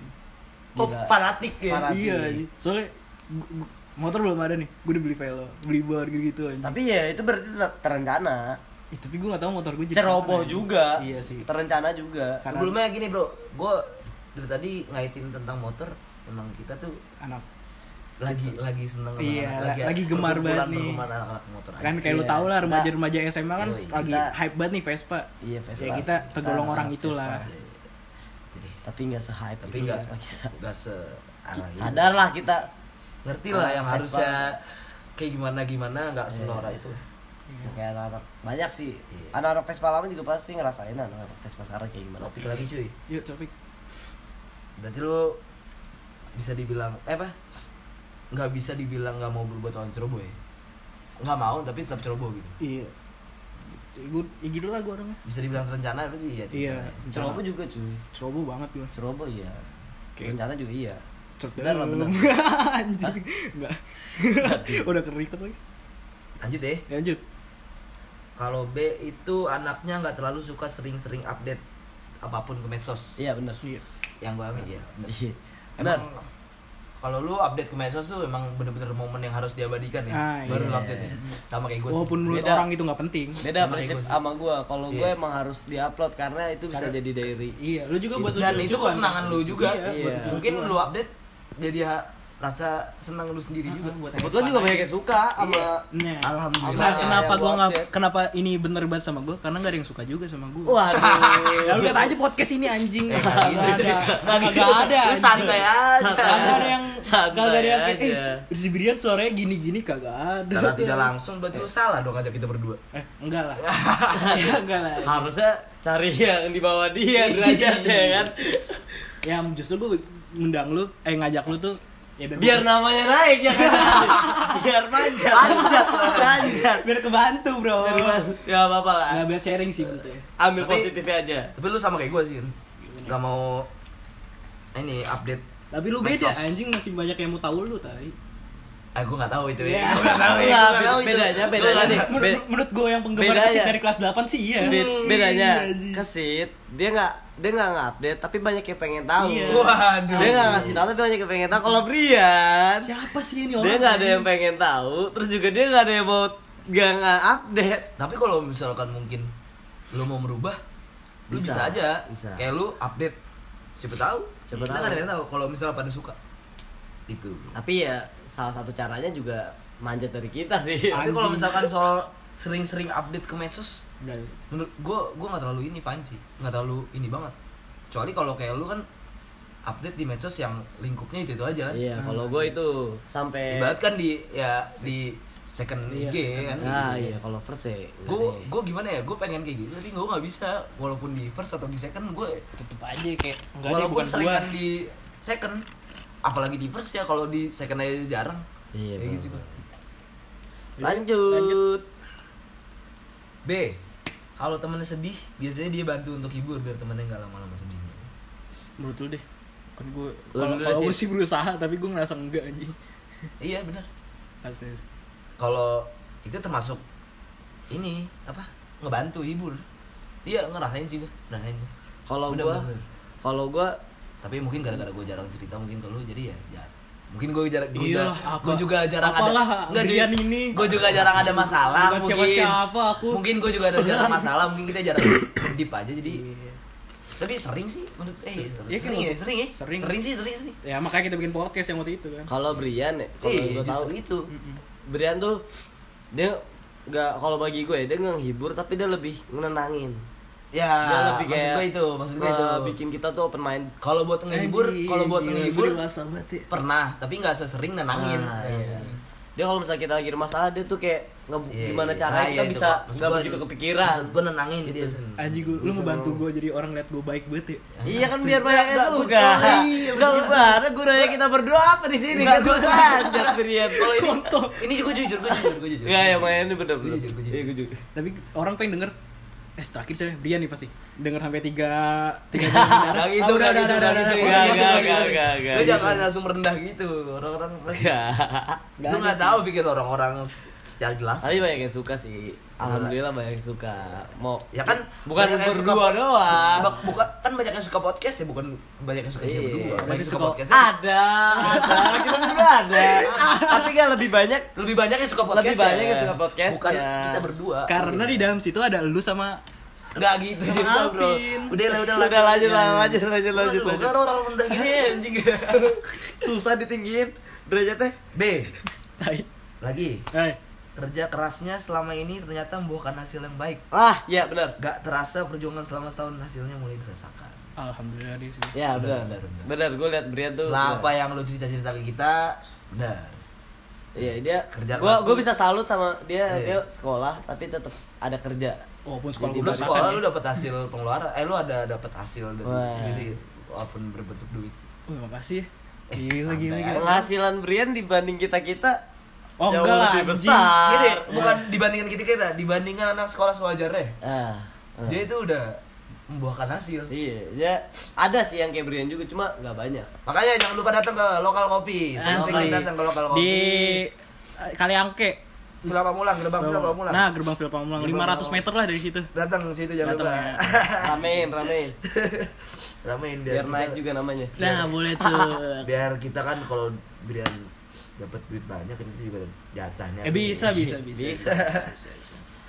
S2: Oh,
S3: Gila.
S2: fanatik ya.
S3: Fanatik. Berarti-
S1: iya anjing. soalnya gu- gu- motor belum ada nih gue udah beli velo beli bar gitu gitu anjing
S3: Tapi ya itu berarti ter- terencana.
S1: Ih, tapi gue gak tahu motor gue
S3: Ceroboh juga.
S1: iya sih
S3: Terencana juga.
S1: Karena-
S2: Sebelumnya gini bro, gue dari tadi ngaitin tentang motor, emang kita tuh
S1: anak
S2: lagi lagi seneng sama
S1: Iya,
S2: anak-
S1: la- lagi gemar banget
S2: perkumpulan-
S1: nih.
S2: perkumpulan anak-anak motor aja.
S1: kan kayak lu
S3: Iya.
S1: tau lah
S3: Nah,
S1: remaja-remaja SMA kan
S2: yoi.
S1: lagi
S3: Nah.
S1: hype banget nih Vespa
S3: Iya, Vespa.
S1: ya kita tergolong
S3: Kita
S1: orang
S3: Vespa.
S1: itulah
S2: Itu deh.
S3: Tapi nggak se-hype
S2: Tapi
S3: itu
S2: nggak Iya.
S3: Vespa kita.
S2: nggak se
S3: Sadar lah kita.
S2: Ngerti lah yang
S3: Vespa.
S2: harusnya kayak gimana gimana nggak senora itu.
S1: Iya.
S3: Kayak anak-anak banyak sih.
S2: Iya.
S3: Anak-anak Vespa lama juga pasti ngerasain anak-anak Vespa sekarang kayak gimana.
S2: Topik lagi cuy.
S1: yuk topik
S2: Berarti lu bisa dibilang eh apa? Nggak bisa dibilang nggak mau berbuat orang ceroboh ya? Nggak mau tapi tetap ceroboh gitu.
S1: iya gue ya gitu lah gue orangnya
S2: Bisa dibilang terencana tapi ya.
S1: Iya,
S2: terencana.
S3: Ceroboh juga cuy.
S1: ceroboh banget gue.
S3: Ceroboh iya.
S1: Kayak-
S3: Rencana juga iya.
S1: Cerdas
S3: Benar lah, benar.
S1: Anjing. Enggak. Udah keriket lagi. Ya,
S2: Lanjut deh.
S1: Lanjut.
S2: Kalau B itu anaknya nggak terlalu suka sering-sering update apapun ke medsos.
S3: Iya benar.
S1: Iya.
S2: Yang gue ambil ya.
S3: Iya.
S2: Emang
S3: Benar.
S2: kalau lu update ke medsos tuh emang bener-bener momen yang harus diabadikan ya.
S1: Ah,
S2: Baru
S1: iya.
S2: lu update ya. Sama kayak gue.
S1: Walaupun menurut
S3: Beda.
S1: orang itu nggak penting.
S3: Beda
S2: Sama
S3: prinsip
S2: kayak gua sih.
S3: sama gua. Kalau gua
S2: Iya.
S3: emang harus diupload karena itu bisa
S1: Karena-
S3: jadi diary.
S1: Iya, lu juga buat
S2: Dan
S1: lucu-lucuan.
S2: itu kesenangan lu juga.
S1: Iya,
S3: Iya.
S1: buat lucu-lucuan.
S2: Mungkin lu update jadi ha- rasa senang lu sendiri juga.
S1: buat
S3: Kebetulan juga banyak yang suka sama
S1: Nah,
S2: Alhamdulillah.
S1: Nah,
S3: Sama
S1: kenapa
S3: yang
S1: gua nggak
S3: update.
S1: kenapa ini bener banget sama gua? Karena nggak ada yang suka juga sama gua. Ya lu
S3: Waduh.
S1: lihat aja podcast ini anjing.
S2: Eh,
S1: Gak
S2: nggak gitu sih.
S1: ada.
S2: Nggak gitu.
S1: Gak ada.
S2: Lu santai aja.
S1: Kagak ada yang
S3: Santai
S1: kagak ada yang
S3: aja.
S1: eh si Brian suaranya gini-gini kagak ada.
S2: Secara tidak langsung berarti lu salah dong ngajak kita berdua.
S1: Eh, enggak lah. Ya, enggak lah.
S3: Harusnya cari yang di bawah
S2: Iya,
S3: dia derajatnya ya kan.
S1: yang justru gue ngundang lu eh ngajak lu tuh Ya, biar,
S3: biar
S1: gua-
S3: namanya naik ya kan biar panjat panjat panjat
S1: biar kebantu, bro.
S3: Biar mas- ya apa apa lah
S1: Nggak biar sharing sih ya. menurutnya.
S3: ambil
S2: Tapi-
S3: positifnya aja
S2: Tapi lu sama kayak gue sih. Rin. Gak mau ini update.
S1: Tapi lu beda,
S2: Medsos.
S1: anjing masih banyak yang mau tahu lu tadi.
S2: Ah, gue gak tahu itu
S1: Iya.
S2: ya. Gua nggak tahu ya.
S3: Nggak,
S2: gua nggak tahu itu.
S3: bedanya,
S2: Gua
S3: bedanya
S2: nggak
S3: nih.
S2: tahu.
S1: Menurut, menurut gue yang penggemar
S3: Bedanya.
S1: kesit dari kelas 8 sih iya.
S3: Be-
S2: Hmm,
S3: bedanya
S2: iya, anjing.
S3: kesit dia nggak dia nggak update tapi banyak yang pengen tahu
S1: Iya.
S2: Waduh.
S3: dia nggak ngasih tahu tapi banyak yang pengen tahu kalau Brian
S1: Siapa sih ini orang?
S3: dia nggak ada
S1: anjing?
S3: yang pengen tahu terus juga dia nggak ada yang mau nggak nggak update
S2: Tapi kalau misalkan mungkin lu mau merubah, lu
S3: Bisa,
S2: bisa, aja.
S3: bisa.
S2: Kayak lu update. Siapa tahu?
S3: Siapa
S2: Kita
S3: tahu.
S2: nggak ada yang tahu kalau misalnya pada suka. Itu.
S3: tapi ya salah satu caranya juga manjat dari kita sih
S2: Tapi kalau
S1: Anjing.
S2: misalkan soal sering-sering update ke medsos,
S1: Udah,
S2: menurut gue gue nggak terlalu ini fine sih nggak terlalu ini banget kecuali kalau kayak lu kan update di medsos yang lingkupnya itu itu aja kan
S3: iya kalau gue itu sampai
S2: ibarat kan di ya di second
S1: Iya,
S2: IG kan
S3: ah iya kalau first ya nggak
S2: gue
S3: deh.
S2: gue gimana ya gue pengen kayak gitu tapi gue nggak bisa walaupun di first atau di second gue
S1: Tetep aja kayak enggak ini
S2: walaupun
S1: bukan gua.
S2: seringan di second apalagi di first ya kalau di second aja jarang
S3: Iya,
S2: Kayak
S3: bener.
S2: gitu gua.
S3: Iya, lanjut,
S1: Lanjut.
S2: B kalau temennya sedih biasanya dia bantu untuk hibur biar temennya nggak lama-lama sedihnya
S1: Menurut lu deh. Kan gue
S2: Lu
S1: kalau
S2: dulu
S1: kalau
S2: sih.
S1: gue sih berusaha tapi gue ngerasa enggak anjing.
S2: iya benar
S1: Pasti.
S2: kalau itu termasuk ini apa ngebantu hibur iya ngerasain sih gue ngerasain gua.
S3: kalau
S2: Bener,
S3: gue
S2: bener, bener.
S3: kalau gue
S2: tapi mungkin gara-gara gue jarang cerita mungkin ke lu jadi ya jar- mungkin gue jarang gue
S1: Iyalah,
S2: jarang-
S1: apa-
S2: gua juga jarang
S1: apalah,
S2: ada nggak,
S1: Brian
S2: Ji.
S1: ini.
S2: gue juga jarang ada masalah
S1: Bukan
S2: mungkin
S1: siapa-siapa aku.
S2: mungkin gue juga ada jarang masalah mungkin kita jarang deep aja jadi
S1: Iya.
S2: tapi sering sih menurut eh
S1: Iya,
S2: sering
S1: kan,
S2: ya sering ya
S1: sering.
S2: sering sih sering sering
S1: Ya makanya kita bikin podcast yang waktu itu kan.
S3: kalau Brian ya kalau
S2: Iya,
S3: gue tahu
S2: justru itu
S3: Brian tuh dia nggak kalau bagi gue ya, dia ngehibur tapi dia lebih menenangin
S2: ya
S3: dia lebih
S2: maksud gue itu maksud gue itu
S3: eh, bikin kita tuh open mind
S2: kalau buat ngehibur kalau buat ngehibur
S1: banget ya.
S2: pernah tapi nggak sesering nenangin
S1: Ah,
S3: Nah,
S2: Iya.
S3: iya. dia kalau misalnya kita lagi ada masalah dia tuh kayak nge-
S2: Iya,
S3: gimana
S2: iya.
S3: caranya
S2: Nah,
S3: kita
S2: iya, itu,
S3: bisa
S2: Pak. Maksud
S3: nggak
S2: gua-
S3: begitu kepikiran Gitu.
S2: maksud gua nenangin dia
S1: Anjing gua- lu ngebantu gue jadi orang liat gue baik banget ya.
S3: Iya kan biar banyak
S2: Nggak,
S3: yang
S2: gua-
S3: suka.
S2: Iya,
S3: Nggak gimana gunanya kita berdua apa di sini? Kan gue panjat Brian.
S2: kalau Oh, ini ini juga jujur gue jujur gue jujur
S3: Iya ya mainnya bener
S2: Gua
S3: bener.
S2: jujur, gua jujur.
S3: Iya gue juga.
S1: Tapi orang pengen denger Eh, terakhir saya Brian nih pasti. Denger sampai tiga tiga jam.
S2: Gak
S1: Ah,
S2: gitu,
S1: udah, udah,
S2: gak gitu,
S1: udah,
S2: gak
S1: udah, udah.
S2: gitu.
S3: Gak,
S2: Gak gitu, gak
S3: gak, gak,
S2: gitu.
S3: gak, gak
S2: Lu
S3: gitu.
S2: jangan langsung merendah gitu. Orang-orang
S3: Iya.
S1: Gak
S2: Lu
S1: ada
S2: gak
S1: sih.
S2: tahu pikir orang-orang secara jelas.
S3: Tapi banyak yang suka sih. Alhamdulillah banyak yang suka. Mau
S2: Ya kan
S3: bukan
S2: banyak yang suka-
S3: berdua doang.
S2: Bak- Bukan kan banyak yang suka podcast ya, bukan banyak yang suka
S3: Iya, Ah.
S2: kita berdua. Banyak
S1: berarti
S2: yang suka
S1: suka-
S2: podcast.
S3: Ada, ada. Kita berdua ada. Tapi kan lebih banyak
S2: Lebih banyak yang suka podcast.
S3: banyak yang suka podcastnya.
S2: Bukan kita berdua.
S1: Karena di dalam situ ada lu sama
S2: Gak gitu juga, Bro.
S1: Alvin.
S2: Udah lah, udah
S3: Udah lanjut lah, lanjut lanjut
S2: Lu
S3: lanjut. Iya,
S2: suka
S3: lanjut.
S2: orang rendah gini anjing.
S3: Susah ditinggiin derajatnya.
S2: B.
S1: tai.
S2: Lagi.
S1: Eh,
S2: Kerja kerasnya selama ini ternyata membuahkan hasil yang baik.
S3: Ah, ya benar.
S2: Gak terasa perjuangan selama setahun hasilnya mulai dirasakan.
S1: alhamdulillah dia sih.
S3: Ya
S2: Iya,
S3: benar.
S2: Benar, benar.
S3: Benar, gue liat Brian tuh.
S2: Setelah apa yang lo cerita cerita ke kita, benar.
S3: Iya, dia
S2: Kerja
S3: kerja. Gua
S2: keras
S3: gua
S2: tuh.
S3: bisa salut sama dia,
S2: Iya.
S3: dia sekolah tapi tetap ada kerja.
S1: Walaupun sekolah
S3: Jadi
S1: gue
S2: Lo
S3: Dirasakan,
S2: sekolah lo dapet hasil pengeluaran, eh lo ada dapet hasil dari
S3: Wah.
S2: sendiri walaupun berbentuk duit.
S1: Wih, makasih ya.
S2: Eh,
S1: Gila,
S2: santai
S1: gila,
S2: aja.
S1: gila.
S3: Penghasilan Brian dibanding kita-kita
S1: Oh,
S3: jauh
S1: enggak lah,
S3: lebih
S1: anjing.
S3: besar.
S2: Gini, bukan dibandingkan kita kita, dibandingkan anak sekolah sewajarnya,
S3: Ah. ah.
S2: dia itu udah membuahkan hasil.
S3: Iya, dia ada sih yang kayak Brian juga cuma nggak banyak.
S2: Makanya jangan lupa datang ke lokal kopi. Sering
S1: Asli.
S2: datang ke lokal kopi.
S1: Iya, Di eh, Kaliangke.
S2: Villa Pamulang, gerbang Villa Pamulang.
S1: Nah, gerbang Villa Pamulang
S2: Gerbang Iya,
S1: 500 meter lah dari situ.
S2: datang ke situ jangan
S1: Datang,
S2: lupa.
S1: ya.
S3: Ramein, ramein.
S2: Ramein biar,
S3: Biar
S2: kita-
S3: naik juga namanya.
S1: Nah, boleh tuh.
S2: biar kita kan kalau Brian dapat duit banyak kan itu juga jatahnya.
S1: Eh, bisa, bisa, bisa.
S3: Bisa.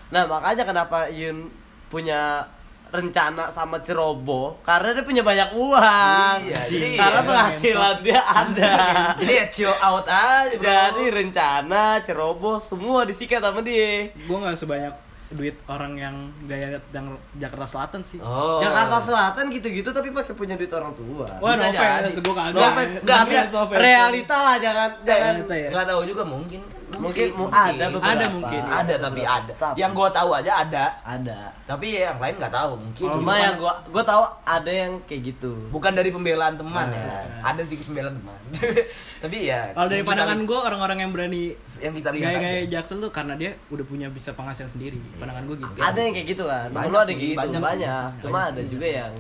S3: Nah, makanya kenapa Yun punya rencana sama Ceroboh karena dia punya banyak uang.
S2: Iya,
S3: Jadi,
S2: jadi-
S3: karena
S1: iya,
S3: penghasilan dia ada.
S2: Jadi ya chill out aja bro.
S3: Jadi rencana Ceroboh semua disikat sama dia.
S1: Gue nggak sebanyak duit orang yang gaya dan Jakarta Selatan sih.
S2: Oh.
S3: Jakarta Selatan gitu-gitu tapi pakai punya duit orang tua.
S1: Wah, no
S2: Bisa jadi.
S1: offense, gue kagak.
S3: Nggak,
S1: Tapi
S3: nggak,
S1: itu ya? offense.
S3: realita lah jangan jangan
S1: Realita ya.
S2: Nggak tahu juga mungkin kan.
S3: Mungkin- mu- ada beberapa.
S1: Ada mungkin.
S2: Ada tapi ada.
S3: Tapi-
S2: Yang gua tahu aja ada.
S3: ada
S2: Tapi ya yang lain nggak tahu mungkin.
S1: Oh.
S3: cuma
S2: Bukan-
S3: yang gua gua tahu ada yang kayak gitu
S2: bukan dari pembelaan teman ya.
S3: Nah.
S2: Ada sedikit pembelaan teman. tapi ya
S1: Kalau dari
S2: yang kita-
S1: pandangan gue orang-orang yang berani
S2: yang kita lihat
S1: gaya-gaya
S3: ya.
S2: aja.
S1: Jaksel tuh karena dia udah punya bisa penghasilan sendiri. Pandangan gue gitu.
S3: Iya. ada yang kayak gitu kan
S2: Banyak
S3: lu ada
S2: sih,
S3: kayak gitu
S2: banyak
S3: banyak,
S2: sih.
S3: cuma
S2: Banyak
S3: ada
S2: sih.
S3: juga yang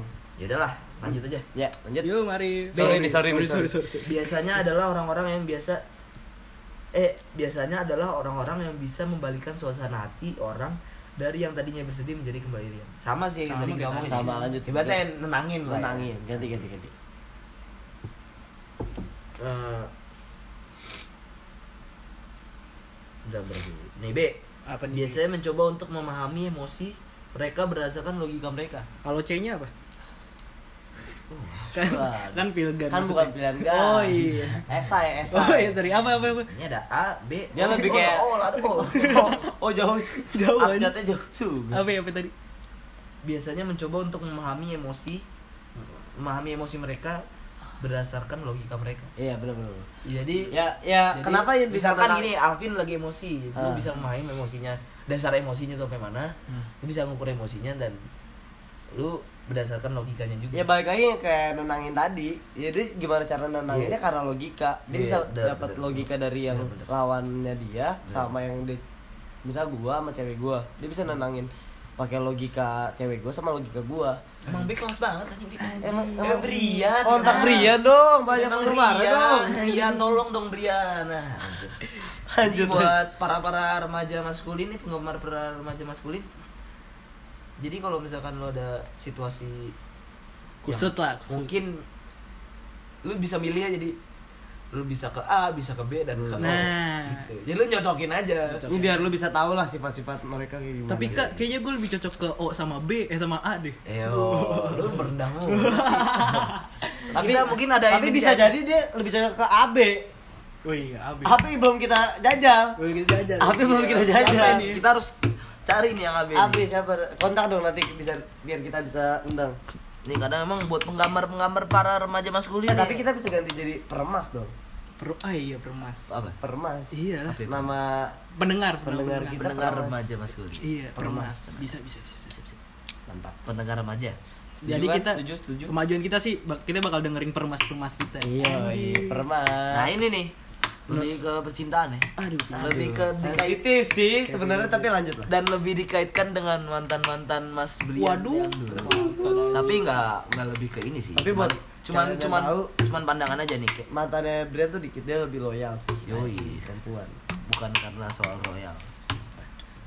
S2: Ya udahlah, lanjut aja.
S3: ya lanjut
S1: Yuk mari.
S3: Sorry
S1: Be-
S3: nih, sorry nih,
S1: sorry,
S3: sorry.
S1: sorry, sorry.
S2: biasanya adalah orang-orang yang biasa eh biasanya adalah orang-orang yang bisa membalikan suasana hati orang dari yang tadinya bersedih menjadi kembali riang. Sama sih yang
S1: Sama
S2: tadi
S1: kita,
S2: kita omongin.
S3: sama, lanjut.
S2: Ibaratnya yang nenangin lah. ya.
S3: menangin ganti ganti ganti
S2: Eh, Bentar, bentar dulu. Nih B,
S1: Apa nih?
S2: biasanya mencoba untuk memahami emosi mereka berdasarkan logika mereka.
S1: Kalau C-nya apa? kan,
S3: Waduh.
S1: kan pilgan
S3: kan
S1: maksudnya.
S3: bukan pilihan gak
S1: Oh iya.
S3: esai esai
S1: Oh iya, sorry. Apa apa apa?
S2: Ini ada A, B.
S3: dia
S2: oh,
S3: lebih
S2: oh,
S3: kayak
S2: oh, lah, oh.
S3: oh, oh, jauh
S1: Jauh aja.
S3: Abjadnya jauh juga.
S1: Apa ya apa tadi?
S2: biasanya mencoba untuk memahami emosi memahami emosi mereka berdasarkan logika mereka
S3: iya benar benar benar.
S2: jadi
S3: ya ya
S2: jadi,
S3: kenapa ya bisa
S2: misalkan
S3: menang-
S2: ini Alvin lagi emosi lu
S3: Ah.
S2: bisa memahami emosinya dasar emosinya sampai mana
S3: Hmm.
S2: lu bisa ngukur emosinya dan lu berdasarkan logikanya juga
S3: ya balik lagi yang kayak nenangin tadi jadi gimana cara nenanginnya
S2: Iya.
S3: karena logika dia
S2: Iya,
S3: bisa
S2: benar, benar.
S3: dapat
S2: Iya,
S3: logika dari yang
S2: Benar, benar.
S3: lawannya dia sama yang dia misal gua sama cewek gua dia bisa nenangin pakai logika cewek gua sama logika gua
S2: emang B kelas banget anjing
S3: Emang- emang-
S2: Brian
S3: kontak
S2: Ah.
S3: Brian dong banyak
S2: Emang
S3: pengeluaran dong
S2: Brian tolong dong Brian nah jadi
S3: Lanjut,
S2: buat para para remaja maskulin nih penggemar para remaja maskulin jadi kalau misalkan lo ada situasi
S1: Kusut lah, kusut.
S2: mungkin lu bisa milih ya jadi lu bisa ke A bisa ke B dan ke O
S1: Nah.
S2: gitu jadi lu nyocokin aja
S1: Cocok.
S3: ini biar lu bisa tahu lah sifat-sifat mereka kayak gimana
S1: Tapi kak, kayaknya gue lebih cocok ke O sama B, eh sama A deh.
S2: Eyo, lu berendah mulu sih. tapi mungkin ada
S3: tapi
S2: ini
S3: bisa
S2: aja.
S3: jadi Nah, dia lebih cocok ke AB
S1: Oh iya, A B.
S3: AB belum kita Iya, jajal
S1: Boleh kita aja.
S3: AB belum kita jajal
S2: Apa ini? kita harus cari nih yang A B
S3: AB
S2: nih.
S3: siapa kontak dong nanti bisa biar kita bisa undang
S2: nih kadang emang buat penggambar-penggambar para remaja maskulin
S3: Ya,
S2: nih.
S3: tapi kita bisa ganti jadi permas dong
S1: Pro, ah iya permas.
S2: apa
S3: permas
S1: Iya lah.
S3: nama
S1: Pendengar,
S3: Pendengar kita.
S2: pendengar
S3: permas.
S2: remaja maskulin
S1: Iya,
S3: Permas.
S1: permas. Bisa, bisa, bisa. bisa.
S2: Sip, sip.
S3: mantap
S2: pendengar remaja
S3: Setuju
S1: Jadi
S3: kan?
S1: kita
S3: Setuju, setuju.
S1: kemajuan kita sih bak- kita bakal dengerin permas-permas kita.
S3: iya iya, permas
S2: nah ini nih lebih ke percintaan ya
S1: Aduh,
S2: lebih ke dikait
S3: sensitif sih sebenarnya tapi lanjut lah
S2: dan lebih dikaitkan dengan mantan-mantan Mas Belian
S1: Waduh.
S2: yang dulu. Tapi nggak nggak lebih ke ini sih.
S3: Tapi
S2: cuman
S3: buat
S2: cuman
S3: kalian yang
S2: cuman,
S3: tahu-
S2: cuman pandangan aja nih kayak
S3: mantannya Brian tuh dikit dia lebih loyal sih
S2: Yoi.
S3: Anjing, perempuan
S2: bukan karena soal royal.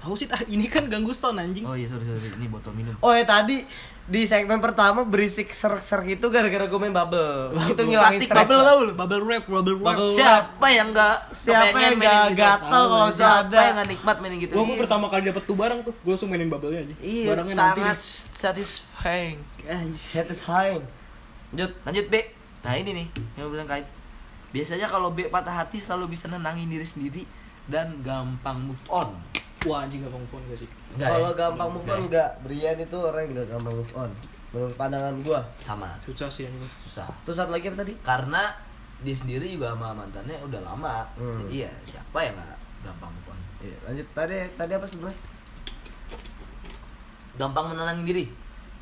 S1: Haus sih, ah, ini kan ganggu sound anjing.
S2: Oh iya sorry sorry ini botol minum.
S3: Oh ya tadi di segmen pertama berisik serk-serk itu gara-gara gue main bubble. Itu ngilangin
S2: Plastik
S3: stres.
S2: bubble
S3: lah.
S2: tau lu?
S1: Bubble wrap, bubble wrap.
S3: Bubble-
S2: Siapa yang nggak
S3: Siapa
S2: kepengen
S3: yang
S2: mainin
S3: nggak
S2: gitu?
S3: gatal kalau
S2: Siapa
S3: ada?
S2: yang nggak nikmat mainin gitu?
S3: Iya.
S1: Gua pertama kali dapet tuh barang tuh, gua langsung mainin bubble-nya aja.
S2: Iya
S1: Barangnya
S2: sangat satisfying.
S3: Satisfying.
S2: Lanjut lanjut B. Nah ini nih yang bilang kait. Biasanya kalau B patah hati selalu bisa nenangin diri sendiri dan gampang move on.
S1: nanti. Wah, anjing gak bangun phone gua sih.
S2: Nggak ya?
S3: Kalau gampang move on enggak, Brian itu orang yang enggak gampang move on. Menurut pandangan gua.
S2: sama
S1: Susah sih anjing.
S2: susah
S3: Terus satu lagi apa tadi?
S2: karena dia sendiri juga sama mantannya udah lama
S3: Hmm.
S2: jadi ya siapa yang nggak gampang move on
S3: Iya, lanjut tadi tadi apa sebenarnya?
S2: gampang menenangin diri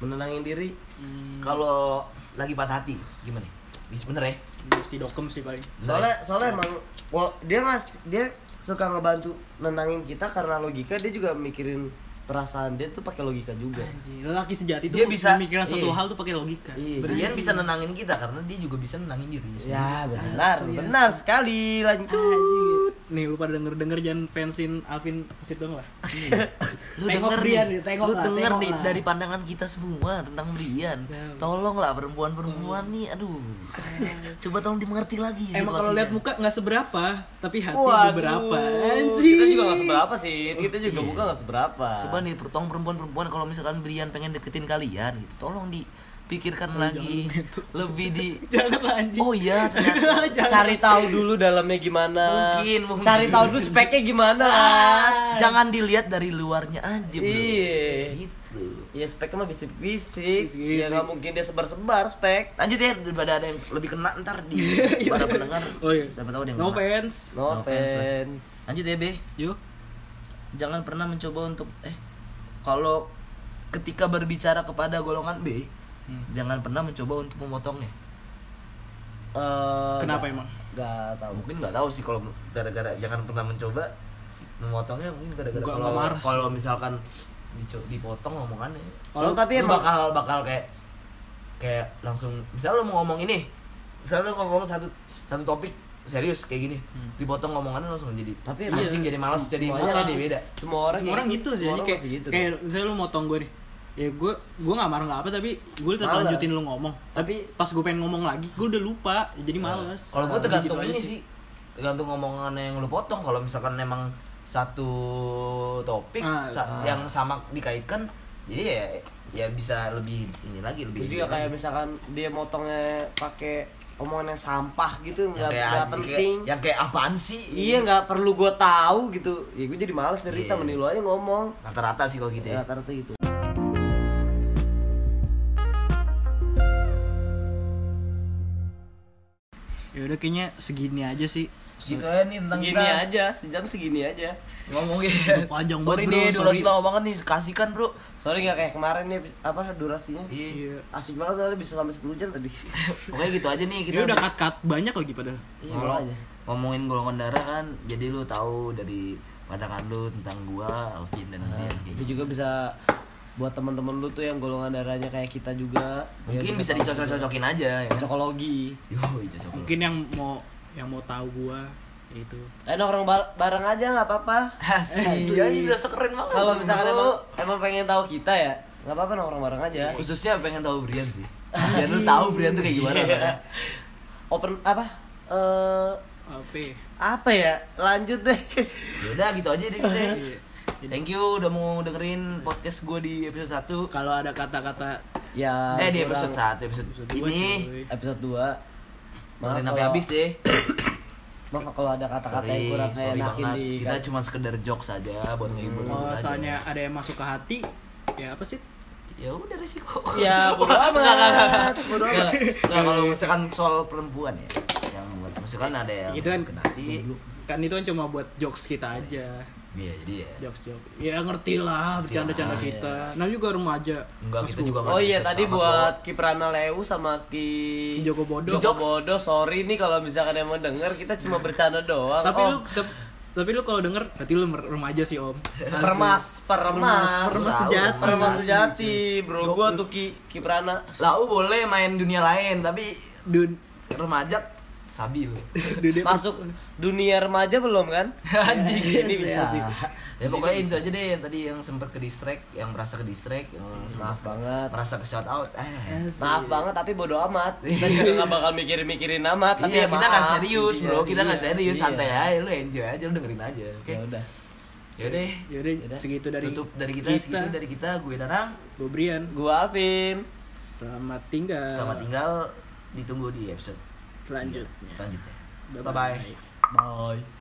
S3: Menenangin diri.
S1: Hmm,
S2: kalau lagi patah hati gimana bisa bener ya
S1: si dokem sih paling.
S3: Soalnya soalnya emang wal- dia ngas dia suka ngebantu nenangin kita karena logika dia juga mikirin perasaan dia tuh pakai logika juga.
S1: Anjing, lelaki sejati tuh
S2: Dia bisa-
S1: mikirin satu
S2: iya.
S1: hal tuh pakai logika.
S3: Iya.
S2: Brian bisa nenangin kita karena dia juga bisa nenangin dirinya sendiri
S3: Ya
S2: secara-
S3: benar,
S1: asli,
S3: benar sekali. Lanjut.
S1: Nih lu pada denger-denger jangan fansin Alvin kesit dong lah.
S2: lu
S1: Tengok
S2: denger
S1: Brian,
S2: nih,
S1: ya, tengok
S2: lu
S1: lah,
S2: denger
S1: tengok
S2: nih
S1: lah.
S2: dari pandangan kita semua tentang Brian
S1: Ya.
S2: tolonglah perempuan-perempuan nih aduh coba tolong dimengerti lagi
S1: Emang kalau
S2: ya.
S1: lihat muka nggak seberapa, tapi hati
S3: Waduh,
S1: beberapa.
S3: Kita
S1: Anjing.
S3: juga gak seberapa sih. Kita juga bukan gak seberapa.
S2: Coba nih tolong perempuan-perempuan kalau misalkan Brian pengen deketin kalian gitu, tolong di pikirkan
S1: Oh,
S2: lagi lebih di
S1: Jangan lah, anjing.
S2: oh iya ternyata
S1: gitu. Jangan. gitu.
S3: Cari tahu dulu dalamnya gimana.
S2: Mungkin, mungkin.
S3: Cari tahu dulu speknya gimana.
S1: Ah.
S2: jangan dilihat dari luarnya aja bro
S3: Iya.
S2: gitu
S3: Ya speknya mah bisik-bisik.
S1: Bisik-bisik.
S3: Ya nggak mungkin dia sebar-sebar spek.
S2: lanjut ya daripada ada yang lebih kena ntar di para pendengar
S1: Oh iya.
S2: siapa tahu ada yang
S1: No
S2: kena.
S1: offense.
S3: No
S2: No offense,
S3: offense.
S2: lanjut ya be
S1: Yuk.
S2: jangan pernah mencoba untuk eh kalau ketika berbicara kepada golongan B
S1: Hmm.
S2: jangan pernah mencoba untuk memotongnya
S3: Eh,
S1: Kenapa
S3: nggak-
S1: emang?
S3: Nggak tahu.
S2: mungkin nggak tahu sih kalau gara-gara jangan pernah mencoba memotongnya mungkin gara-gara
S1: Nggak-
S2: kalau
S1: nggak marah sih.
S2: kalau misalkan dico- dipotong ngomongannya
S3: Kalau tapi
S2: lu
S3: emang-
S2: bakal bakal kayak kayak langsung misalnya lu mau ngomong ini misalnya lu mau ngomong satu satu topik serius kayak gini dipotong ngomongannya langsung jadi
S3: Hmm. Tapi emang
S2: anjing jadi malas
S3: sem-
S2: jadi
S3: semuanya
S2: ngomongnya jadi
S3: gitu.
S2: beda
S3: Semua orang
S1: Semua orang gitu sih.
S3: Semua
S1: Jadi
S3: orang
S1: kayak
S3: pasti gitu.
S1: kayak misalnya lu motong gue nih. Ya gue gue gak marah gak apa tapi gue tetap
S3: Males.
S1: lanjutin lu ngomong. Tapi pas gue pengen ngomong lagi, gue udah lupa. Ya, Jadi males.
S2: Iya. Kalau gue
S1: Nah, gitu
S2: tergantung
S1: aja
S2: ini sih, tergantung omongan yang lu potong. Kalau misalkan emang satu topik
S1: Ah,
S2: sa- yang sama dikaitkan, jadi ya ya bisa lebih ini lagi lebih.
S3: Terus
S2: ini lagi.
S3: juga ya kayak misalkan dia motongnya pakai omongan yang sampah gitu
S2: yang
S3: nggak
S2: kayak, ya.
S3: nggak
S2: yang
S3: penting.
S2: kayak- yang kayak apaan sih?
S3: Iya nggak perlu gue tahu gitu. Ya gue jadi males cerita
S2: Iya.
S3: mending lu aja ngomong.
S2: Rata-rata sih kalau gitu
S3: Ya
S2: ya.
S3: rata-rata gitu.
S1: Ya udah kayaknya segini aja sih.
S2: Gitu ya nih tentang
S3: Segini aja, sejam segini aja.
S2: Ngomongin.
S1: Udah panjang
S2: iya. Sorry
S1: banget, bro,
S2: nih, durasi
S1: sorry.
S2: lama banget nih. Kasihkan bro.
S3: Sorry nggak kayak kemarin nih apa durasinya?
S2: Iya.
S3: Asik banget soalnya bisa sampai 10 jam tadi.
S2: Pokoknya gitu aja nih. Kita
S1: Ini Ya udah
S2: habis-
S1: cut-cut banyak lagi padahal.
S3: Iya,
S2: ngomong,
S3: makanya.
S2: ngomongin golongan darah kan jadi lu tahu dari pandangan lu tentang gua Alvin dan Rian kayak
S3: Itu
S2: gitu.
S3: juga bisa buat teman-teman lu tuh yang golongan darahnya kayak kita juga.
S2: mungkin
S3: Ya,
S2: bisa
S3: tahu
S2: dicocok-cocokin aja ya
S3: juga.
S2: kan?
S3: Cocokologi.
S2: Yoi, cocok
S1: Mungkin yang mau yang mau tahu gue itu
S3: Eh nongkrong bar- bareng aja nggak apa-apa. Eh,
S2: Asli,
S3: Asli.
S2: ya, ini berasa keren banget
S3: iya. Kalau misalkan
S2: Bro.
S3: emang, emang pengen tahu kita ya, nggak apa-apa nongkrong bareng aja.
S2: Khususnya pengen tahu Brian sih Biar lu tahu Brian tuh kayak gimana
S3: Iya.
S2: kan? orangnya.
S3: Open apa? Eh
S1: apa? ya?
S3: apa ya? Lanjut deh.
S2: Yaudah gitu aja deh kita
S3: Iya.
S2: Thank you udah mau dengerin podcast gue di episode
S1: Kalau ada kata-kata
S2: 1
S3: ya.
S2: Eh di
S3: kurang
S2: episode 1, episode,
S1: Episode dua,
S2: ini
S1: cuy.
S3: Episode 2 Maaf
S2: Dengerin sampai
S3: kalau,
S2: habis deh
S3: maaf kalau ada kata-kata yang
S2: Sorry,
S3: kurang Kan. Oh,
S2: sorry
S3: enakin
S2: banget
S3: di
S2: Kita cuma sekedar jokes aja buat ngehibur
S1: kalau
S2: aja.
S1: misalnya ada yang masuk ke hati, ya apa sih?
S2: ya udah resiko
S3: Ya, bodo amat.
S2: Nggak, nggak, nggak.
S3: Bodo amat.
S2: Nggak, nggak, kalau misalkan soal perempuan ya yang buat misalkan ada yang
S1: Gitu kan.
S2: diskriminasi.
S1: Kan itu kan cuma buat jokes kita aja.
S2: iya jadi ya
S1: jokes jokes ya ngerti lah bercanda-canda kita nah juga remaja
S2: Iya. Enggak,
S1: Mas
S2: kita
S1: Gu-
S2: juga
S3: Oh iya
S2: Sama
S3: tadi
S2: kok.
S3: buat Kiprana Leu sama Ki
S1: Ki Joko Bodo.
S3: Joko Bodo, sorry nih kalau misalkan emang denger kita cuma bercanda doang. Oh,
S1: tapi
S3: Om.
S1: lu tep- tapi lu kalau denger berarti lu mer- remaja sih om Asli.
S3: permas, permas,
S1: permas
S2: Tahu,
S1: sejati.
S3: permas
S2: Mas.
S3: sejati, bro.
S2: Joko.
S3: Gua tuh Ki Kiprana.
S2: lau boleh main dunia lain tapi
S1: Dun-
S2: remaja sabi lu
S1: dunia
S3: Masuk dunia remaja belum kan? iya,
S2: anjing
S3: Ini bisa.
S2: ya pokoknya itu aja deh yang tadi yang sempat ke distract yang merasa ke distract yang
S3: Iya.
S2: sempat
S3: Maaf banget.
S2: merasa ke shout out eh.
S3: Maaf banget tapi bodo amat. Kita juga gak bakal mikir-mikirin amat. Tapi
S2: Iya,
S3: ya
S2: kita nggak
S3: maaf.
S2: serius
S3: Iya,
S2: bro, kita
S3: iya,
S2: nggak serius,
S3: iya.
S2: santai aja, lu enjoy aja, lu dengerin aja, oke?
S3: Ya udah. Ya
S2: Yaudah,
S1: Yaudah,
S2: Yaudah.
S1: segitu dari
S2: tutup dari kita,
S1: kita.
S2: segitu dari kita, gue Danang,
S1: Gua Brian
S3: Gua Alvin.
S1: selamat tinggal
S2: selamat tinggal, ditunggu di episode
S1: Eh. lanjut
S2: selanjutnya.
S1: Bye-bye.
S2: Bye bye.
S3: Bye.